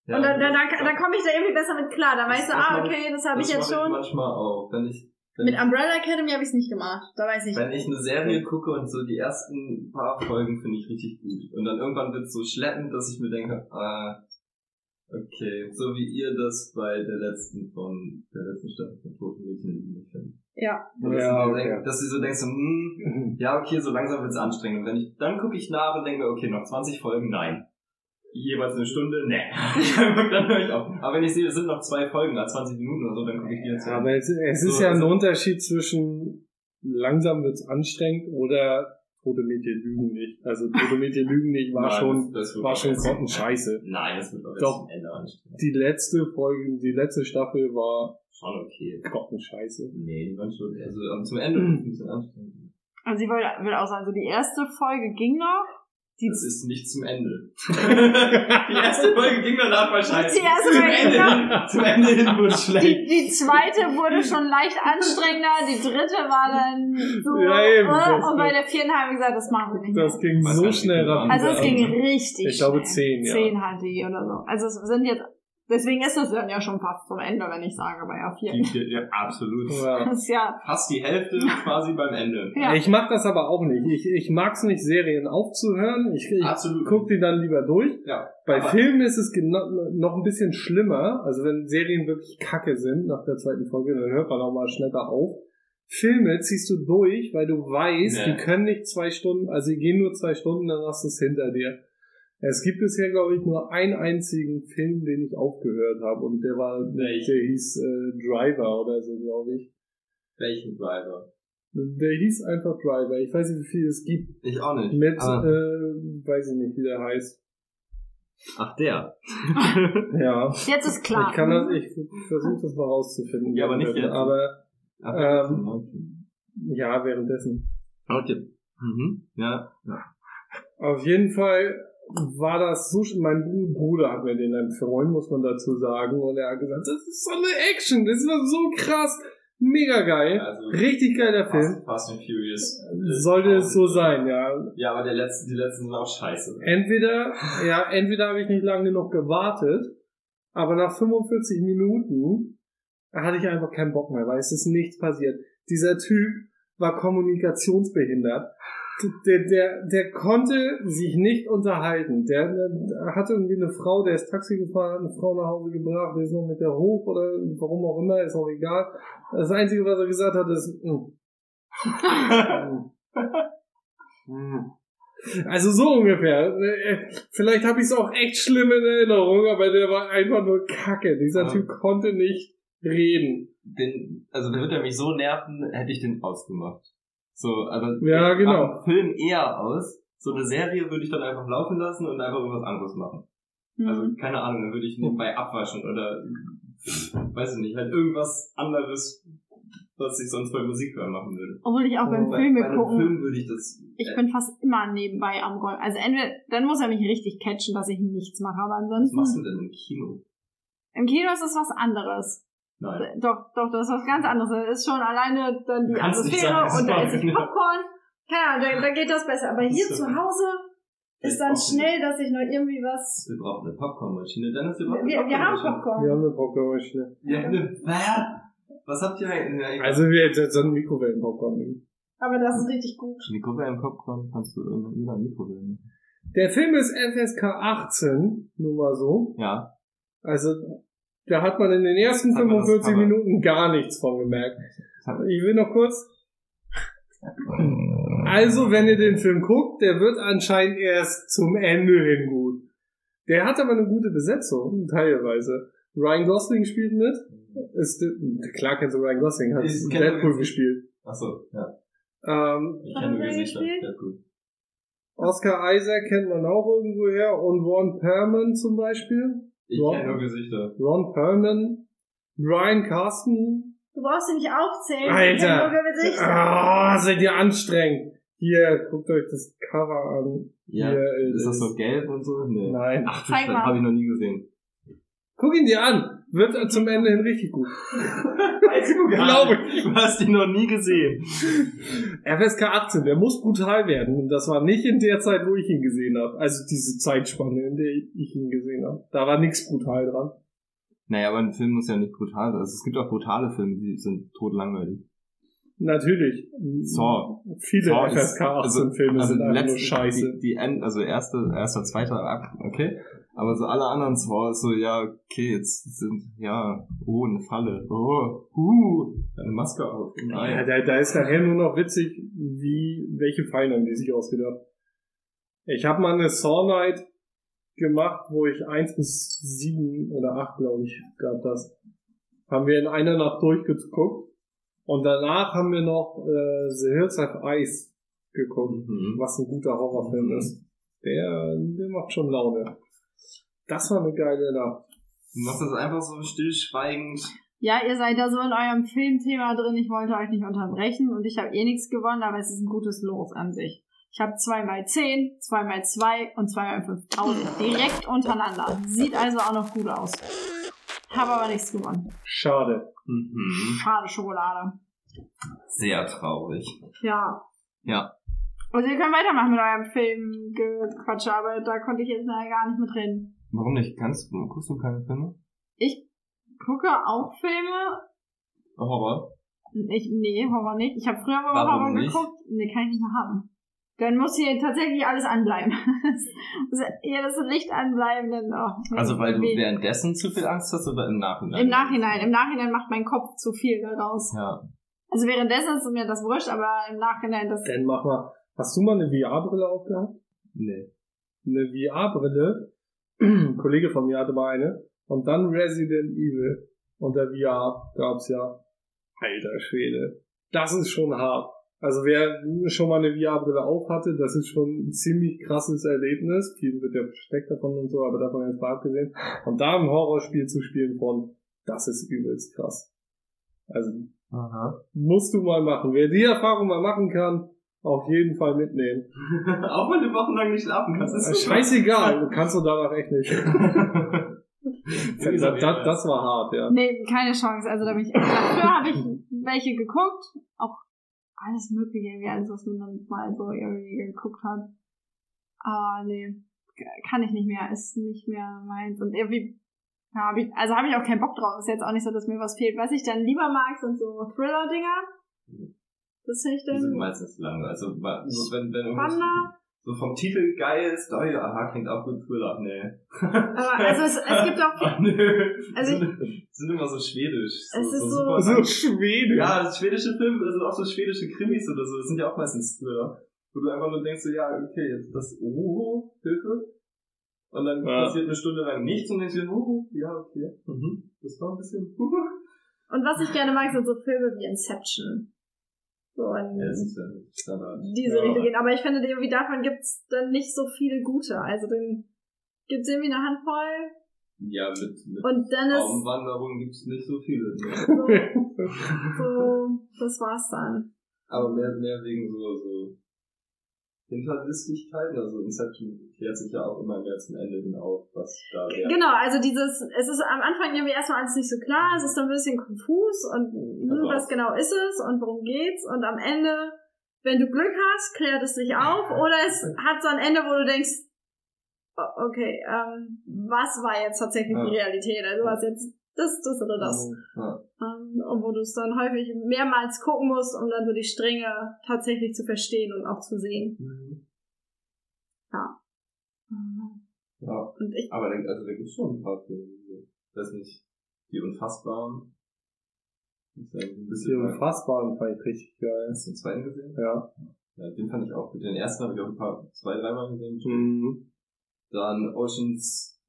Speaker 3: Ja,
Speaker 4: und dann, dann, dann,
Speaker 3: das-
Speaker 4: dann komme ich da irgendwie besser mit klar. Dann
Speaker 3: Das-
Speaker 4: weißt du,
Speaker 3: das
Speaker 4: ah,
Speaker 3: mache ich-
Speaker 4: okay, das habe ich
Speaker 3: das
Speaker 4: jetzt
Speaker 3: mache
Speaker 4: schon.
Speaker 3: manchmal auch, wenn ich, wenn
Speaker 4: Mit
Speaker 3: ich-
Speaker 4: Umbrella Academy habe ich es nicht gemacht. Da weiß ich.
Speaker 3: Wenn ich eine Serie gucke und so die ersten paar Folgen finde ich richtig gut. Und dann irgendwann wird es so schleppend, dass ich mir denke, ah, okay, so wie ihr das bei der letzten von der letzten Staffel von Toten Mädchen nicht findet.
Speaker 4: Ja.
Speaker 3: Dass,
Speaker 2: Ja,
Speaker 3: du dir
Speaker 2: okay.
Speaker 3: denk- dass du so denkst, so, hm, ja, okay, so langsam wird's anstrengend. Und wenn ich, dann gucke ich nach und denke, okay, noch 20 Folgen, nein. Jeweils eine Stunde, ne. dann höre ich auf. Aber wenn ich sehe, es sind noch zwei Folgen, ah, 20 Minuten oder so, dann gucke ich die jetzt halt
Speaker 2: Ja,
Speaker 3: an.
Speaker 2: aber es, es ist
Speaker 3: So,
Speaker 2: ja ein
Speaker 3: also-
Speaker 2: Unterschied zwischen langsam wird's anstrengend oder tote Medien lügen nicht. Also tote Medien lügen nicht war
Speaker 3: Nein,
Speaker 2: schon,
Speaker 3: das wird
Speaker 2: war
Speaker 3: auch
Speaker 2: schon
Speaker 3: jetzt-
Speaker 2: grottenscheiße.
Speaker 3: Nein, das wird auch jetzt
Speaker 2: Doch.
Speaker 3: am Ende anstrengend.
Speaker 2: Die letzte Folge, die letzte Staffel war
Speaker 3: Schon okay.
Speaker 2: grottenscheiße.
Speaker 3: Nee, die waren schon, also ähm, zum Ende ist es ein bisschen anstrengend.
Speaker 4: Und sie Also will, will auch sagen, so die erste Folge ging noch. Die,
Speaker 3: Das ist nicht zum Ende. die erste Folge ging danach wahrscheinlich.
Speaker 4: Die erste
Speaker 3: zum
Speaker 4: Folge
Speaker 3: Ende
Speaker 4: ging
Speaker 3: hin, zum Ende hin wurde es schlecht.
Speaker 4: die, die zweite wurde schon leicht anstrengender. Die dritte war dann so.
Speaker 2: Ja, eben,
Speaker 4: äh,
Speaker 2: das-
Speaker 4: und bei der vierten haben wir gesagt, das machen wir nicht. mehr.
Speaker 2: Das ging
Speaker 3: Weiß gar
Speaker 2: so
Speaker 3: nicht, wie
Speaker 2: schnell
Speaker 3: viele waren
Speaker 2: rapide.
Speaker 4: Mhm. Also es ging
Speaker 2: ab.
Speaker 4: richtig
Speaker 2: Ich glaube
Speaker 4: schnell.
Speaker 2: zehn, ja.
Speaker 4: Zehn hatte ich oder so. Also es sind jetzt, deswegen ist es dann ja schon fast zum Ende, wenn ich sage, bei ja vier.
Speaker 3: Die- ja, absolut.
Speaker 2: Ja.
Speaker 4: Das ist ja,
Speaker 3: Fast die Hälfte quasi beim Ende.
Speaker 4: ja.
Speaker 2: Ich mag das aber auch nicht. Ich, ich mag's nicht, Serien aufzuhören. Ich, ich
Speaker 3: Absolut.
Speaker 2: guck die dann lieber durch.
Speaker 3: Ja.
Speaker 2: Bei
Speaker 3: Aber-
Speaker 2: Filmen ist es genau, noch ein bisschen schlimmer. Also wenn Serien wirklich kacke sind nach der zweiten Folge, dann hört man auch mal schneller auf. Filme ziehst du durch, weil du weißt,
Speaker 3: Nee.
Speaker 2: die können nicht zwei Stunden, also die gehen nur zwei Stunden, dann hast du es hinter dir. Es gibt bisher, glaube ich, nur einen einzigen Film, den ich aufgehört habe. Und der war, der hieß äh, Driver oder so, glaube ich.
Speaker 3: Welchen Driver?
Speaker 2: Der hieß einfach Driver. Ich weiß nicht, wie viel es gibt.
Speaker 3: Ich auch nicht.
Speaker 2: Mit,
Speaker 3: Ah,
Speaker 2: äh, weiß ich nicht, wie der heißt.
Speaker 3: ach, der.
Speaker 2: Ja.
Speaker 4: jetzt ist klar.
Speaker 2: Ich kann das, ich versuche das mal rauszufinden.
Speaker 3: Ja, aber nicht jetzt.
Speaker 2: Aber
Speaker 3: Ach, der
Speaker 2: Ähm.
Speaker 3: okay.
Speaker 2: ja, währenddessen.
Speaker 3: okay. Mhm. Ja. ja.
Speaker 2: Auf jeden Fall war das so, sch- mein Bruder hat mir den empfohlen, muss man dazu sagen, und er hat gesagt, das ist so eine Action, das war so krass, mega geil,
Speaker 3: Also,
Speaker 2: richtig geiler Film.
Speaker 3: Fast, Fast and Furious.
Speaker 2: Sollte es so sein, ja.
Speaker 3: Ja, aber der letzte, die letzten sind auch scheiße.
Speaker 2: Entweder, ja, entweder habe ich nicht lange genug gewartet, aber nach 45 Minuten hatte ich einfach keinen Bock mehr, weil es ist nichts passiert. Dieser Typ war kommunikationsbehindert. Der, der, der konnte sich nicht unterhalten. Der, der hatte irgendwie eine Frau, der ist Taxi gefahren, hat eine Frau nach Hause gebracht, der ist noch mit der hoch oder warum auch immer, ist auch egal. Das Einzige, was er gesagt hat, ist, mm, Hm. also so ungefähr. Äh, Vielleicht habe ich es auch echt schlimm in Erinnerung, aber der war einfach nur Kacke. Dieser
Speaker 3: Ja.
Speaker 2: Typ konnte nicht reden.
Speaker 3: den, also der wird er mich so nerven, hätte ich den ausgemacht. So, aber
Speaker 2: Ja,
Speaker 3: ich
Speaker 2: genau.
Speaker 3: mach einen Film eher aus. So eine Serie würde ich dann einfach laufen lassen und einfach irgendwas anderes machen.
Speaker 4: Mhm.
Speaker 3: Also keine Ahnung, dann würde ich nebenbei abwaschen oder weiß ich nicht, halt irgendwas anderes, was ich sonst bei Musik hören machen würde.
Speaker 4: Obwohl ich auch beim
Speaker 2: Bei-
Speaker 4: Filme
Speaker 3: bei einem
Speaker 4: gucken,
Speaker 3: Film würde ich das. äh,
Speaker 4: ich bin fast immer nebenbei am Rollen. Also entweder, dann muss er mich richtig catchen, dass ich nichts mache, aber
Speaker 3: Was machst du
Speaker 4: ansonsten,
Speaker 3: denn im Kino?
Speaker 4: im Kino ist es was anderes.
Speaker 3: Nein.
Speaker 4: Doch, doch, das ist was ganz anderes. Das ist schon alleine dann die
Speaker 3: Du kannst nicht
Speaker 4: Atmosphäre
Speaker 3: sagen,
Speaker 4: und da
Speaker 3: sorry.
Speaker 4: esse ich Popcorn. Keine Ahnung, da, da geht das besser. Aber hier
Speaker 3: Das
Speaker 4: zu
Speaker 3: ist so-
Speaker 4: Hause ist dann
Speaker 3: Popcorn.
Speaker 4: schnell, dass ich noch irgendwie was...
Speaker 3: Wir brauchen eine Popcornmaschine. Dennis, wir brauchen
Speaker 4: Wir,
Speaker 3: eine
Speaker 4: wir haben
Speaker 3: Popcornmaschine.
Speaker 2: Wir
Speaker 4: Popcorn.
Speaker 2: haben eine Popcornmaschine.
Speaker 3: Wir haben eine. Hä? Was habt ihr eigentlich?
Speaker 2: Also wir hätten so einen Mikrowellenpopcorn. nehmen.
Speaker 4: Aber das ist richtig gut.
Speaker 3: eine Gruppe im Popcorn kannst du in jeder Mikrowelle machen.
Speaker 2: Der Film ist FSK 18, nur mal so.
Speaker 3: Ja,
Speaker 2: Also da hat man in den ersten
Speaker 3: Hat man das
Speaker 2: 45
Speaker 3: Cover.
Speaker 2: Minuten gar nichts von gemerkt.
Speaker 3: Das hat-
Speaker 2: Ich will noch kurz Also, wenn ihr den Film guckt, der wird anscheinend erst zum Ende hin gut. Der hat aber eine gute Besetzung, teilweise. Ryan Gosling spielt mit. Ist, klar kennst du Ryan Gosling, hat
Speaker 3: Ich kenn-
Speaker 2: Deadpool gespielt.
Speaker 3: Achso, ja.
Speaker 2: Ähm,
Speaker 3: Ich kenne nur
Speaker 4: Hat er
Speaker 3: Gesichter.
Speaker 4: gespielt?
Speaker 3: Ja, cool.
Speaker 2: Oscar Isaac kennt man auch irgendwo her und Ron Perlman zum Beispiel.
Speaker 3: Ich
Speaker 2: Ja.
Speaker 3: kenne nur Gesichter.
Speaker 2: Ron Perlman. Brian Carsten.
Speaker 4: Du brauchst sie nicht aufzählen.
Speaker 2: Alter.
Speaker 4: Ich hab nur Gesichter.
Speaker 2: Ah, seid ihr anstrengend. Hier, guckt euch das Cover an.
Speaker 3: Ja.
Speaker 2: Hier
Speaker 3: Ist das so gelb und so? Nee.
Speaker 2: Nein.
Speaker 3: Ach,
Speaker 4: Zeig mal.
Speaker 3: Habe ich noch nie gesehen.
Speaker 2: Guck ihn dir an. Wird äh, zum Ende hin richtig gut.
Speaker 3: Weißt du
Speaker 2: gar
Speaker 3: Glaube ich. Du hast ihn noch nie gesehen.
Speaker 2: FSK 18, der muss brutal werden. Und das war nicht in der Zeit, wo ich ihn gesehen habe. Also diese Zeitspanne, in der ich ihn gesehen habe. Da war nichts brutal dran.
Speaker 3: Naja, aber ein Film muss ja nicht brutal sein. Also, es gibt auch brutale Filme, die sind totlangweilig.
Speaker 2: Natürlich.
Speaker 3: Saw.
Speaker 2: Viele
Speaker 3: Saw ist-
Speaker 2: FSK 18 Filme
Speaker 3: also
Speaker 2: sind
Speaker 3: die
Speaker 2: einfach nur
Speaker 3: letzten-
Speaker 2: scheiße.
Speaker 3: Die, die End, also erste, erster, zweiter Akt, okay. Aber so alle anderen Saw ist so, ja, okay, jetzt sind, ja, oh, eine Falle. Oh, huh, eine Maske auf.
Speaker 2: Ja,
Speaker 3: Nein.
Speaker 2: da, da ist nachher nur noch witzig, wie, welche Fallen haben die sich ausgedacht. Ich habe mal eine Saw Night gemacht, wo ich eins bis sieben oder acht, glaube ich, gab das. Haben wir in einer Nacht durchgeguckt. Und danach haben wir noch äh, The Hills Have Ice geguckt,
Speaker 3: Mhm.
Speaker 2: was ein guter Horrorfilm ist. Der, der macht schon Laune. Das war eine geile Nacht.
Speaker 3: Du machst das einfach so stillschweigend.
Speaker 4: Ja, ihr seid da so in eurem Filmthema drin. Ich wollte euch nicht unterbrechen und ich habe eh nichts gewonnen, aber es ist ein gutes Los an sich. Ich habe 2x10, 2x2 und 2x5000 direkt untereinander. Sieht also auch noch gut aus. Habe aber nichts gewonnen.
Speaker 2: Schade.
Speaker 3: Mhm.
Speaker 4: Schade Schokolade.
Speaker 3: Sehr traurig.
Speaker 4: Ja.
Speaker 3: Ja.
Speaker 4: Also ihr könnt weitermachen mit eurem Filmgequatsch, aber da konnte ich jetzt leider gar nicht mitreden.
Speaker 3: Warum nicht? Kannst du, guckst du keine Filme?
Speaker 4: Ich gucke auch Filme,
Speaker 3: Horror?
Speaker 4: Ich, nee, Horror nicht. Ich habe früher mal
Speaker 3: Warum
Speaker 4: Horror
Speaker 3: nicht?
Speaker 4: geguckt. Nee, kann ich nicht mehr haben. Dann muss hier tatsächlich alles anbleiben. Das- ja, das Licht anbleiben, dann auch.
Speaker 3: Also weil du
Speaker 4: Nee.
Speaker 3: währenddessen zu viel Angst hast oder im Nachhinein?
Speaker 4: Im Nachhinein, im Nachhinein macht mein Kopf zu viel daraus.
Speaker 3: Ja.
Speaker 4: Also währenddessen ist mir das wurscht, aber im Nachhinein das.
Speaker 2: Dann mach mal. Hast du mal eine VR-Brille aufgehabt?
Speaker 3: Nee.
Speaker 2: eine VR-Brille. Ein Kollege von mir hatte mal eine. Und dann Resident Evil. Und der VR gab's ja. Alter Schwede. Das ist schon hart. Also wer schon mal eine VR-Brille auf hatte, das ist schon ein ziemlich krasses Erlebnis. Viel wird ja versteckt davon und so, aber davon jetzt mal abgesehen. Und da ein Horrorspiel zu spielen von, das ist übelst krass. Also
Speaker 3: Aha.
Speaker 2: musst du mal machen. Wer die Erfahrung mal machen kann, auf jeden Fall mitnehmen.
Speaker 3: Auch wenn du wochenlang nicht schlafen kannst.
Speaker 2: Äh, Scheißegal, du kannst du danach echt nicht. das, das, das war hart, ja.
Speaker 4: Nee, keine Chance. Also da bin ich. Früher habe ich welche geguckt. Auch alles mögliche, irgendwie alles, was man dann mal so irgendwie geguckt hat. Aber nee, kann ich nicht mehr. Ist nicht mehr meins. Und irgendwie. Ja, hab ich, also habe ich auch keinen Bock drauf. Ist jetzt auch nicht so, dass mir was fehlt. Was ich dann lieber mag, sind so Thriller-Dinger. Das finde ich
Speaker 3: Die sind
Speaker 4: dann.
Speaker 3: meistens lang. Also wa- so, wenn, wenn irgendwas
Speaker 4: Spannender.
Speaker 3: so vom Titel geil ist, oh ja, aha, klingt auch gut Thriller. Nee.
Speaker 4: Aber also es, es gibt auch.
Speaker 3: Ah, nö.
Speaker 4: Also
Speaker 3: sind, sind immer so schwedisch. So,
Speaker 4: Es ist so-
Speaker 3: super
Speaker 2: So Schwede.
Speaker 3: Ja, das schwedische Film, das sind auch so schwedische Krimis oder so, das sind ja auch meistens Thriller. Wo du einfach nur denkst, so, ja, okay, jetzt das, oh, Hilfe. Und dann
Speaker 2: Ja.
Speaker 3: passiert eine Stunde lang nichts und denkst dir, oh, ja, okay, mhm, das war ein bisschen, uh.
Speaker 4: Und was ich gerne mag, sind so Filme wie Inception. So ein.
Speaker 3: Ja, das ist ja ein Standard.
Speaker 4: diese
Speaker 2: Ja.
Speaker 4: Richtung gehen. Aber ich finde, irgendwie davon gibt's dann nicht so viele gute. Also dann gibt's irgendwie eine Handvoll
Speaker 3: Ja, mit, mit
Speaker 4: und dann ist
Speaker 3: Raumwanderung gibt's nicht so viele.
Speaker 4: so,
Speaker 3: Ne?
Speaker 4: so, das war's dann.
Speaker 3: Aber mehr, mehr wegen so, so Hinterlistigkeiten, also Inception klärt sich ja auch immer mehr zum Ende hin auf, was da wäre.
Speaker 4: Genau, also dieses, es ist am Anfang irgendwie erstmal alles nicht so klar, es ist dann ein bisschen konfus und hm,
Speaker 3: Also-
Speaker 4: was genau ist es und worum geht's und am Ende, wenn du Glück hast, klärt es sich auf oder es hat so ein Ende, wo du denkst, o- okay, ähm, was war jetzt tatsächlich die
Speaker 3: Ja. Also
Speaker 4: Realität? Also was jetzt das, das oder das?
Speaker 3: Ja.
Speaker 4: Ähm, und wo du es dann häufig mehrmals gucken musst, um dann so die Stränge tatsächlich zu verstehen und auch zu sehen.
Speaker 3: Mhm.
Speaker 4: Mhm. Und
Speaker 3: ja.
Speaker 4: ich,
Speaker 3: Aber da, also da gibt's schon ein paar Filme, die so- weiß nicht, die unfassbaren. Ist ja so
Speaker 2: Das ist
Speaker 3: ein
Speaker 2: hier
Speaker 3: bisschen
Speaker 2: unfassbar und fand ich richtig geil.
Speaker 3: Hast du den zweiten gesehen?
Speaker 2: Ja.
Speaker 3: Ja, den fand ich auch gut. Den ersten habe ich auch ein paar, zwei, dreimal gesehen.
Speaker 2: Mhm.
Speaker 3: Dann Oceans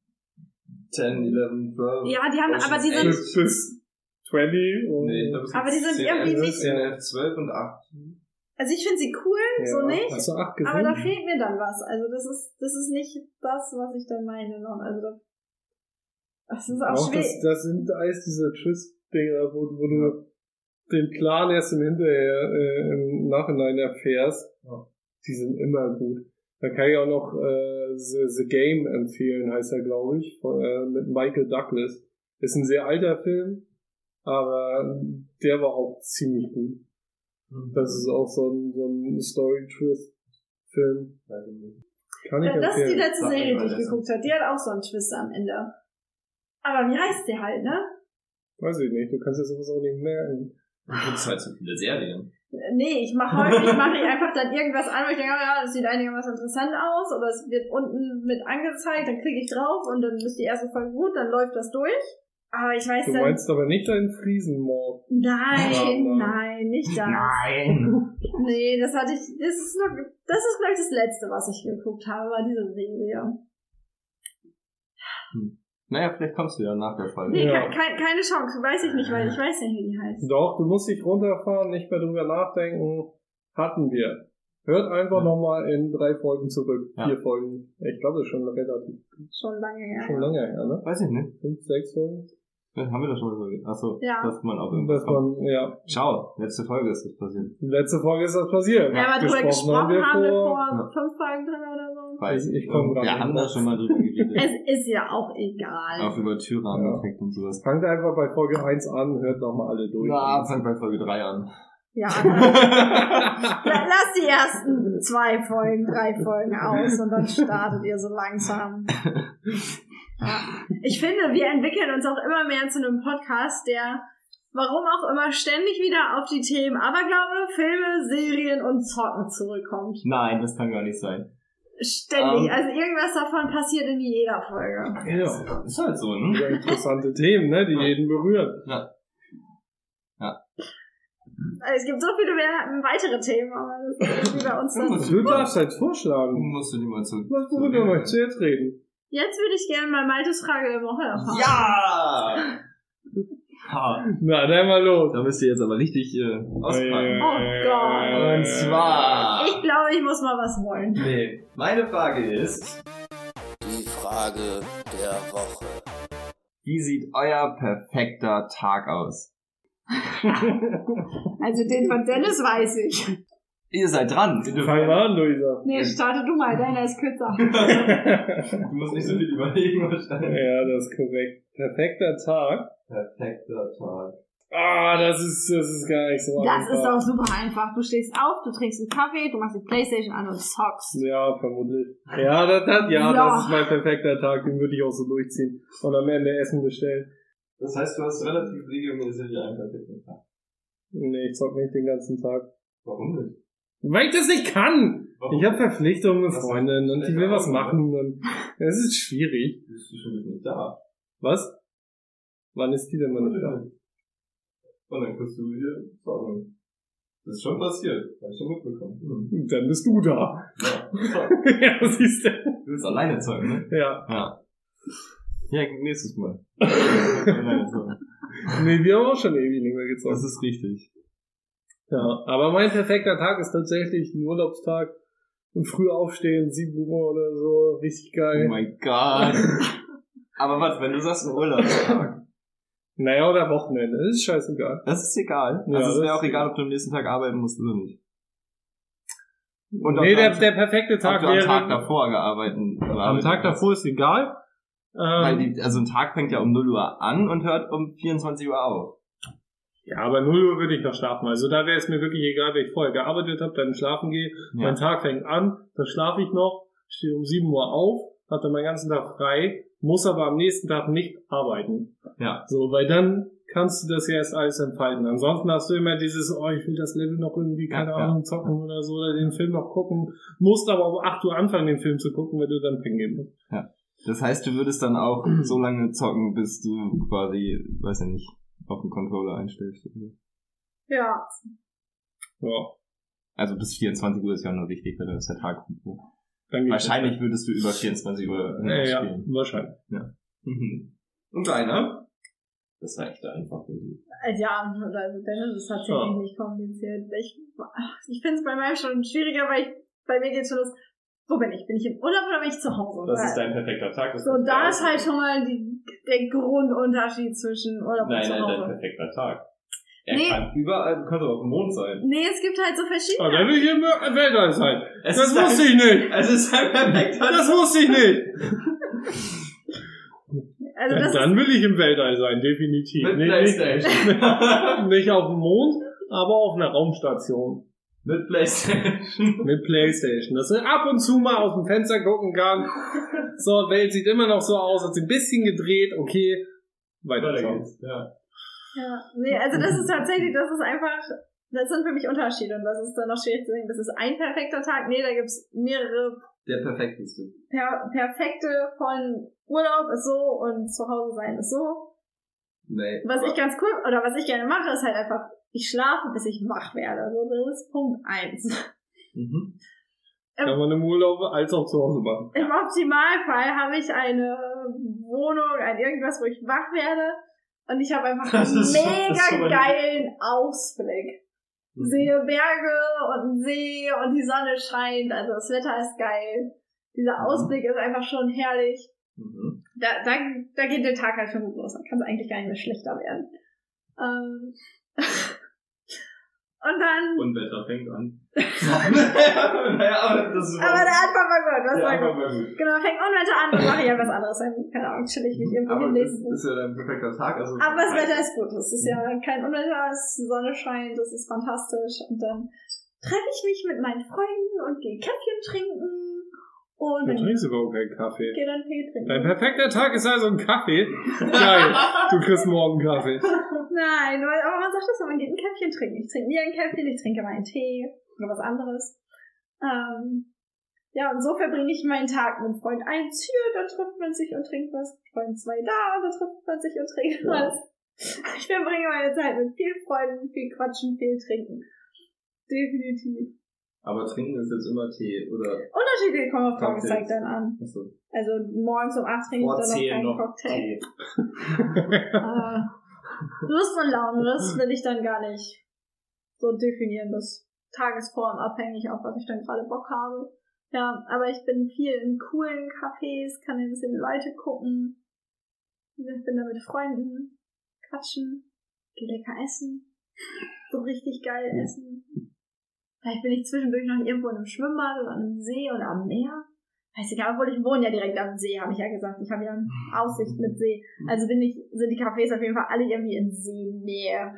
Speaker 3: 10, 11, 12.
Speaker 4: Ja, die haben, aber die
Speaker 3: Ocean's
Speaker 4: sind,
Speaker 3: Eight.
Speaker 2: Bis, bis 20 und
Speaker 3: Nee, ich glaube, es
Speaker 4: Aber die sind irgendwie nicht-
Speaker 3: 10, 11, 12 und 8.
Speaker 4: also ich finde sie cool, so nicht.
Speaker 2: Hast du acht gesehen?
Speaker 4: Aber da fehlt mir dann was. Also das ist, das ist nicht das, was ich dann meine noch. Also da, das ist auch,
Speaker 2: Auch
Speaker 4: schwer.
Speaker 2: das, das sind alles diese Twist-Dinger, wo, wo du den Plan erst im Hinterher, äh, im Nachhinein erfährst.
Speaker 3: Ja.
Speaker 2: Die sind immer gut. Da kann ich auch noch äh, The, The Game empfehlen, heißt er, glaube ich, von, äh, mit Michael Douglas. Ist ein sehr alter Film, aber der war auch ziemlich gut. Das ist auch so ein, so ein Story-Twist-Film.
Speaker 3: Weiß ich nicht.
Speaker 2: Kann ich
Speaker 4: Ja, Äh, das ist die
Speaker 2: empfehlen.
Speaker 4: letzte
Speaker 3: Sag mir
Speaker 4: Serie,
Speaker 3: mal,
Speaker 4: die ich
Speaker 3: das ist-
Speaker 4: geguckt habe. Die hat auch so einen Twist am Ende. Aber wie heißt der halt, ne?
Speaker 2: Weiß ich nicht, du kannst dir sowas auch nicht merken.
Speaker 3: Du guckst halt so viele Serien.
Speaker 4: Äh, Nee, ich mache häufig, mache ich einfach dann irgendwas an, weil ich denke, ja, das sieht einigermaßen interessant aus, oder es wird unten mit angezeigt, dann klicke ich drauf und dann ist die erste Folge gut, dann läuft das durch. Aber ich weiß
Speaker 2: Du
Speaker 4: dann,
Speaker 2: meinst aber nicht deinen Friesenmord.
Speaker 4: nein,
Speaker 2: Aber-
Speaker 4: nein, nicht das.
Speaker 3: Nein!
Speaker 4: Nee, das hatte ich, das ist noch, das ist glaube ich das letzte, was ich geguckt habe, war diese Serie.
Speaker 3: Naja, vielleicht kommst du ja nach der Folge.
Speaker 4: Nee,
Speaker 2: Ja.
Speaker 4: ke ke keine Chance, weiß ich nicht, weil ich weiß ja, wie die heißt.
Speaker 2: Doch, du musst dich runterfahren, nicht mehr drüber nachdenken. Hatten wir. Hört einfach
Speaker 3: Ja.
Speaker 2: nochmal in drei Folgen zurück.
Speaker 3: Ja.
Speaker 2: Vier Folgen. Ich glaube, das ist schon relativ,
Speaker 4: Schon lange her.
Speaker 2: schon lange her, ne?
Speaker 3: Weiß ich nicht.
Speaker 2: Fünf, sechs Folgen.
Speaker 3: Vielleicht haben wir das schon mal überlegt. Achso,
Speaker 4: Ja.
Speaker 3: dass man auf
Speaker 2: Dass
Speaker 3: irgendwas kommt.
Speaker 2: man, ja.
Speaker 3: Ciao, letzte Folge ist das passiert.
Speaker 2: Die letzte Folge ist das passiert.
Speaker 4: Ja, aber drüber gesprochen haben wir, vor
Speaker 3: Ja.
Speaker 4: fünf Folgen drin oder so.
Speaker 3: Weiß
Speaker 2: Also, Ich- ich komm
Speaker 3: Wir
Speaker 2: grad nicht
Speaker 3: haben da
Speaker 2: drauf.
Speaker 3: schon mal drüber
Speaker 4: Es
Speaker 3: geredet.
Speaker 4: ist ja auch egal.
Speaker 3: auch über Türrahmeneffekt und sowas.
Speaker 2: Fangt einfach bei Folge 1 an, hört nochmal alle durch.
Speaker 3: Na, fang bei Folge 3 an.
Speaker 4: Ja, aber- La- lass die ersten zwei Folgen, drei Folgen aus und dann startet ihr so langsam. Ja. Ich finde, wir entwickeln uns auch immer mehr zu einem Podcast, der warum auch immer ständig wieder auf die Themen Aberglaube, Filme, Serien und Zocken zurückkommt.
Speaker 3: Nein, das kann gar nicht sein.
Speaker 4: Ständig.
Speaker 3: Ähm.
Speaker 4: Also irgendwas davon passiert in jeder Folge.
Speaker 2: Ja.
Speaker 3: Ist halt so, ne?
Speaker 2: Wieder interessante Themen, ne, die
Speaker 3: Ja.
Speaker 2: jeden berühren.
Speaker 4: Also es gibt so viele mehr, weitere Themen, aber das ist über uns dann.
Speaker 2: Du darfst halt vorschlagen.
Speaker 3: Musst du die mal zu.
Speaker 2: Was,
Speaker 3: zu-
Speaker 2: worüber möchtest du jetzt reden?
Speaker 4: Jetzt würde ich gerne mal Maltes Frage der Woche erfahren.
Speaker 3: Ja! Ha,
Speaker 2: Na, dann mal los.
Speaker 3: da müsst ihr jetzt aber richtig äh, auspacken.
Speaker 4: Oh Gott.
Speaker 3: Und zwar.
Speaker 4: Ich glaube, ich muss mal was wollen.
Speaker 3: Nee. Meine Frage ist,
Speaker 6: Die Frage der Woche.
Speaker 3: wie sieht euer perfekter Tag aus?
Speaker 4: Also den von Dennis weiß ich.
Speaker 3: Ihr seid dran.
Speaker 2: Fang mal an, Luisa.
Speaker 4: Nee, starte du mal, deiner ist kürzer.
Speaker 3: du musst nicht so viel überlegen wahrscheinlich.
Speaker 2: Ja, das ist korrekt. Perfekter Tag.
Speaker 3: Perfekter Tag.
Speaker 2: Ah, das ist, das ist gar nicht
Speaker 3: Oh,
Speaker 2: so
Speaker 4: Das ist auch super einfach. Du stehst auf, du trinkst einen Kaffee, du machst die Playstation an und zockst.
Speaker 2: Ja, vermutlich. Ja, das, das, ja,
Speaker 4: Ja.
Speaker 2: das ist mein perfekter Tag, den würde ich auch so durchziehen. Und am Ende Essen bestellen.
Speaker 3: Das heißt, du hast relativ regelmäßig einen perfekten Tag.
Speaker 2: Nee, ich zock nicht den ganzen Tag.
Speaker 3: Warum nicht?
Speaker 2: Weil ich das nicht kann!
Speaker 3: Warum?
Speaker 2: Ich habe Verpflichtungen mit
Speaker 3: Das ist
Speaker 2: Freundinnen und ich will was machen und es ist schwierig.
Speaker 3: Bist du schon nicht da?
Speaker 2: Was? Wann ist die denn mal nicht da?
Speaker 3: Und dann kannst du hier sagen. Das ist schon passiert. Hab ich schon mitbekommen. Hm.
Speaker 2: Dann bist du da.
Speaker 3: Ja. So.
Speaker 2: ja, siehst du.
Speaker 3: Du willst alleine zeugen, ne?
Speaker 2: Ja.
Speaker 3: Ja. Ja, nächstes Mal. Alleine zeugen.
Speaker 2: Nee, wir haben auch schon ewig nicht mehr gezockt.
Speaker 3: das ist richtig.
Speaker 2: Ja, aber mein perfekter Tag ist tatsächlich ein Urlaubstag. Und früh aufstehen, 7 Uhr oder so, richtig
Speaker 3: Oh
Speaker 2: geil.
Speaker 3: mein Gott. Aber was, wenn du sagst ein Urlaubstag?
Speaker 2: naja, oder Wochenende, das ist scheißegal.
Speaker 3: Das ist egal.
Speaker 2: Ja,
Speaker 3: also es
Speaker 2: das
Speaker 3: wäre auch
Speaker 2: ist
Speaker 3: egal, ob du am nächsten Tag arbeiten musst oder nicht. Und
Speaker 2: nee,
Speaker 3: ob
Speaker 2: der,
Speaker 3: du-
Speaker 2: der perfekte Tag
Speaker 3: ob du am
Speaker 2: wäre.
Speaker 3: Tag davor gearbeitet
Speaker 2: am Tag davor ist egal.
Speaker 3: Weil
Speaker 2: Ähm,
Speaker 3: die, also ein Tag fängt ja um 0 Uhr an und hört um 24 Uhr auf.
Speaker 2: ja, aber 0 Uhr würde ich noch schlafen. Also da wäre es mir wirklich egal, wenn ich vorher gearbeitet habe, dann schlafen gehe.
Speaker 3: Ja.
Speaker 2: Mein Tag fängt an, dann schlafe ich noch, stehe um 7 Uhr auf, hatte meinen ganzen Tag frei, muss aber am nächsten Tag nicht arbeiten.
Speaker 3: ja.
Speaker 2: So, weil dann kannst du das ja erst alles entfalten. Ansonsten hast du immer dieses, oh, ich will das Level noch irgendwie, keine
Speaker 3: Ja, ja.
Speaker 2: Ahnung, zocken oder so, oder den Film noch gucken, musst aber um 8 Uhr anfangen, den Film zu gucken, wenn du dann pennen gehen musst.
Speaker 3: Das heißt, du würdest dann auch so lange zocken, bis du quasi, weiß ja nicht, auf dem Controller einstellst. oder so.
Speaker 4: Ja.
Speaker 2: Ja,
Speaker 3: Also bis 24 Uhr ist ja auch nur wichtig, weil dann ist der Tag gut.
Speaker 2: dann geht's
Speaker 3: Wahrscheinlich würdest du über 24 Uhr
Speaker 2: weiter.
Speaker 3: hinaus
Speaker 2: Äh, ja,
Speaker 3: spielen.
Speaker 2: wahrscheinlich.
Speaker 3: Mhm. Und einer? Das reicht einfach.
Speaker 4: Äh, Ja, also Dennis ist tatsächlich
Speaker 2: Ja.
Speaker 4: nicht kompliziert. Ich, ich finde es bei meinem schon schwieriger, weil ich, bei mir geht schon das, wo bin ich? Bin ich im Urlaub oder bin ich zu Hause?
Speaker 3: Das ist dein perfekter Tag. das
Speaker 4: so,
Speaker 3: kannst du
Speaker 4: da ist
Speaker 3: aussuchen.
Speaker 4: halt schon mal die, der Grundunterschied zwischen Urlaub und
Speaker 3: Nein,
Speaker 4: zu
Speaker 3: nein, dein
Speaker 4: Hause.
Speaker 3: perfekter Tag. Er
Speaker 4: Nee.
Speaker 3: kann überall, du kannst auch auf dem Mond sein.
Speaker 4: Nee, es gibt halt so verschiedene.
Speaker 2: Aber dann will ich im Weltall sein.
Speaker 3: Es
Speaker 2: Das wusste ich nicht.
Speaker 3: Es ist ein perfekter
Speaker 2: Das wusste ich nicht.
Speaker 4: Also
Speaker 2: Dann,
Speaker 4: das ist,
Speaker 2: dann will ich im Weltall sein, definitiv.
Speaker 3: Mit
Speaker 2: Nicht,
Speaker 3: Playstation.
Speaker 2: nicht, nicht auf dem Mond, aber auf einer Raumstation.
Speaker 3: Mit Playstation.
Speaker 2: Mit Playstation. Dass er ab und zu mal aus dem Fenster gucken kann. So, Welt sieht immer noch so aus, als ein bisschen gedreht. Okay, weiter
Speaker 3: Weiter
Speaker 2: geht's.
Speaker 3: geht's. Ja.
Speaker 4: ja, nee, also das ist tatsächlich, das ist einfach, das sind für mich Unterschiede und das ist dann noch schwierig zu sehen. Das ist ein perfekter Tag. Nee, da gibt's mehrere
Speaker 3: Der perfekteste.
Speaker 4: per perfekte von Urlaub ist so und zu Hause sein ist so.
Speaker 3: Nee.
Speaker 4: Was ich ganz cool, oder was ich gerne mache, ist halt einfach, ich schlafe, bis ich wach werde. So, das ist Punkt eins.
Speaker 3: Mhm.
Speaker 2: Kann man im Urlaub als auch zu Hause machen.
Speaker 4: Im Optimalfall habe ich eine Wohnung, ein irgendwas, wo ich wach werde. Und ich habe einfach
Speaker 3: Das
Speaker 4: einen
Speaker 3: ist so- das ist so
Speaker 4: mega
Speaker 3: mein-
Speaker 4: geilen Ausblick.
Speaker 3: Mhm.
Speaker 4: Sehe Berge und einen See und die Sonne scheint. Also das Wetter ist geil. Dieser
Speaker 3: Mhm.
Speaker 4: Ausblick ist einfach schon herrlich.
Speaker 3: Mhm.
Speaker 4: da, da, da geht der Tag halt schon gut los. Dann kann es eigentlich gar nicht mehr schlechter werden. Ähm. Und dann.
Speaker 3: Und Wetter fängt an. naja, aber das ist
Speaker 4: aber der Anfang war gut, das
Speaker 3: Ja,
Speaker 4: war
Speaker 3: aber
Speaker 4: gut.
Speaker 3: war gut.
Speaker 4: Genau, fängt Unwetter an, dann mache ich halt was anderes. Dann, keine Ahnung, chill ich mich irgendwo im
Speaker 3: Aber das
Speaker 4: nächsten.
Speaker 3: ist ja dein perfekter Tag. Also
Speaker 4: Aber das Wetter ist gut. Es ist ja kein Unwetter, es ist Sonne scheint, das ist fantastisch. Und dann treffe ich mich mit meinen Freunden und gehe Kaffee trinken. Und
Speaker 2: Du
Speaker 4: dann
Speaker 2: trinkst überhaupt keinen Kaffee.
Speaker 4: gehe dann Tee trinken.
Speaker 2: Dein perfekter Tag ist also ein Kaffee. Geil. Du kriegst morgen Kaffee.
Speaker 4: Nein, weil, aber man sagt das so, man geht ein Käffchen trinken. Ich trinke nie ein Käffchen, ich trinke mal einen Tee oder was anderes. Ähm, ja, und so verbringe ich meinen Tag mit Freund 1 hier, dann trifft man sich und trinkt was, Freund 2 da, dann trifft man sich und trinkt was. Ich verbringe meine Zeit mit viel Freunden, viel Quatschen, viel Trinken. Definitiv.
Speaker 3: Aber trinken ist jetzt immer Tee oder
Speaker 4: Unterschiedliche kommen auf
Speaker 3: Cocktails.
Speaker 4: Tageszeit dann an.
Speaker 3: achso,
Speaker 4: Also morgens um 8 trinke ich
Speaker 3: vorzählen
Speaker 4: dann noch
Speaker 3: noch
Speaker 4: keinen Cocktail.
Speaker 3: Tee.
Speaker 4: äh, Lust und Laune, das will ich dann gar nicht so definieren, das Tagesform abhängig, auf was ich dann gerade Bock habe. Ja, aber ich bin viel in coolen Cafés, kann ein bisschen Leute gucken. Wie gesagt, bin da mit Freunden, quatschen, geh lecker essen, so richtig geil essen. Vielleicht bin ich zwischendurch noch irgendwo in einem Schwimmbad oder an einem See oder am Meer. Weiß ich, obwohl ich wohne ja direkt am See, habe ich ja gesagt. Ich habe ja
Speaker 2: Mhm.
Speaker 4: Aussicht mit See. Also bin ich, sind die Cafés auf jeden Fall alle irgendwie in Seenähe.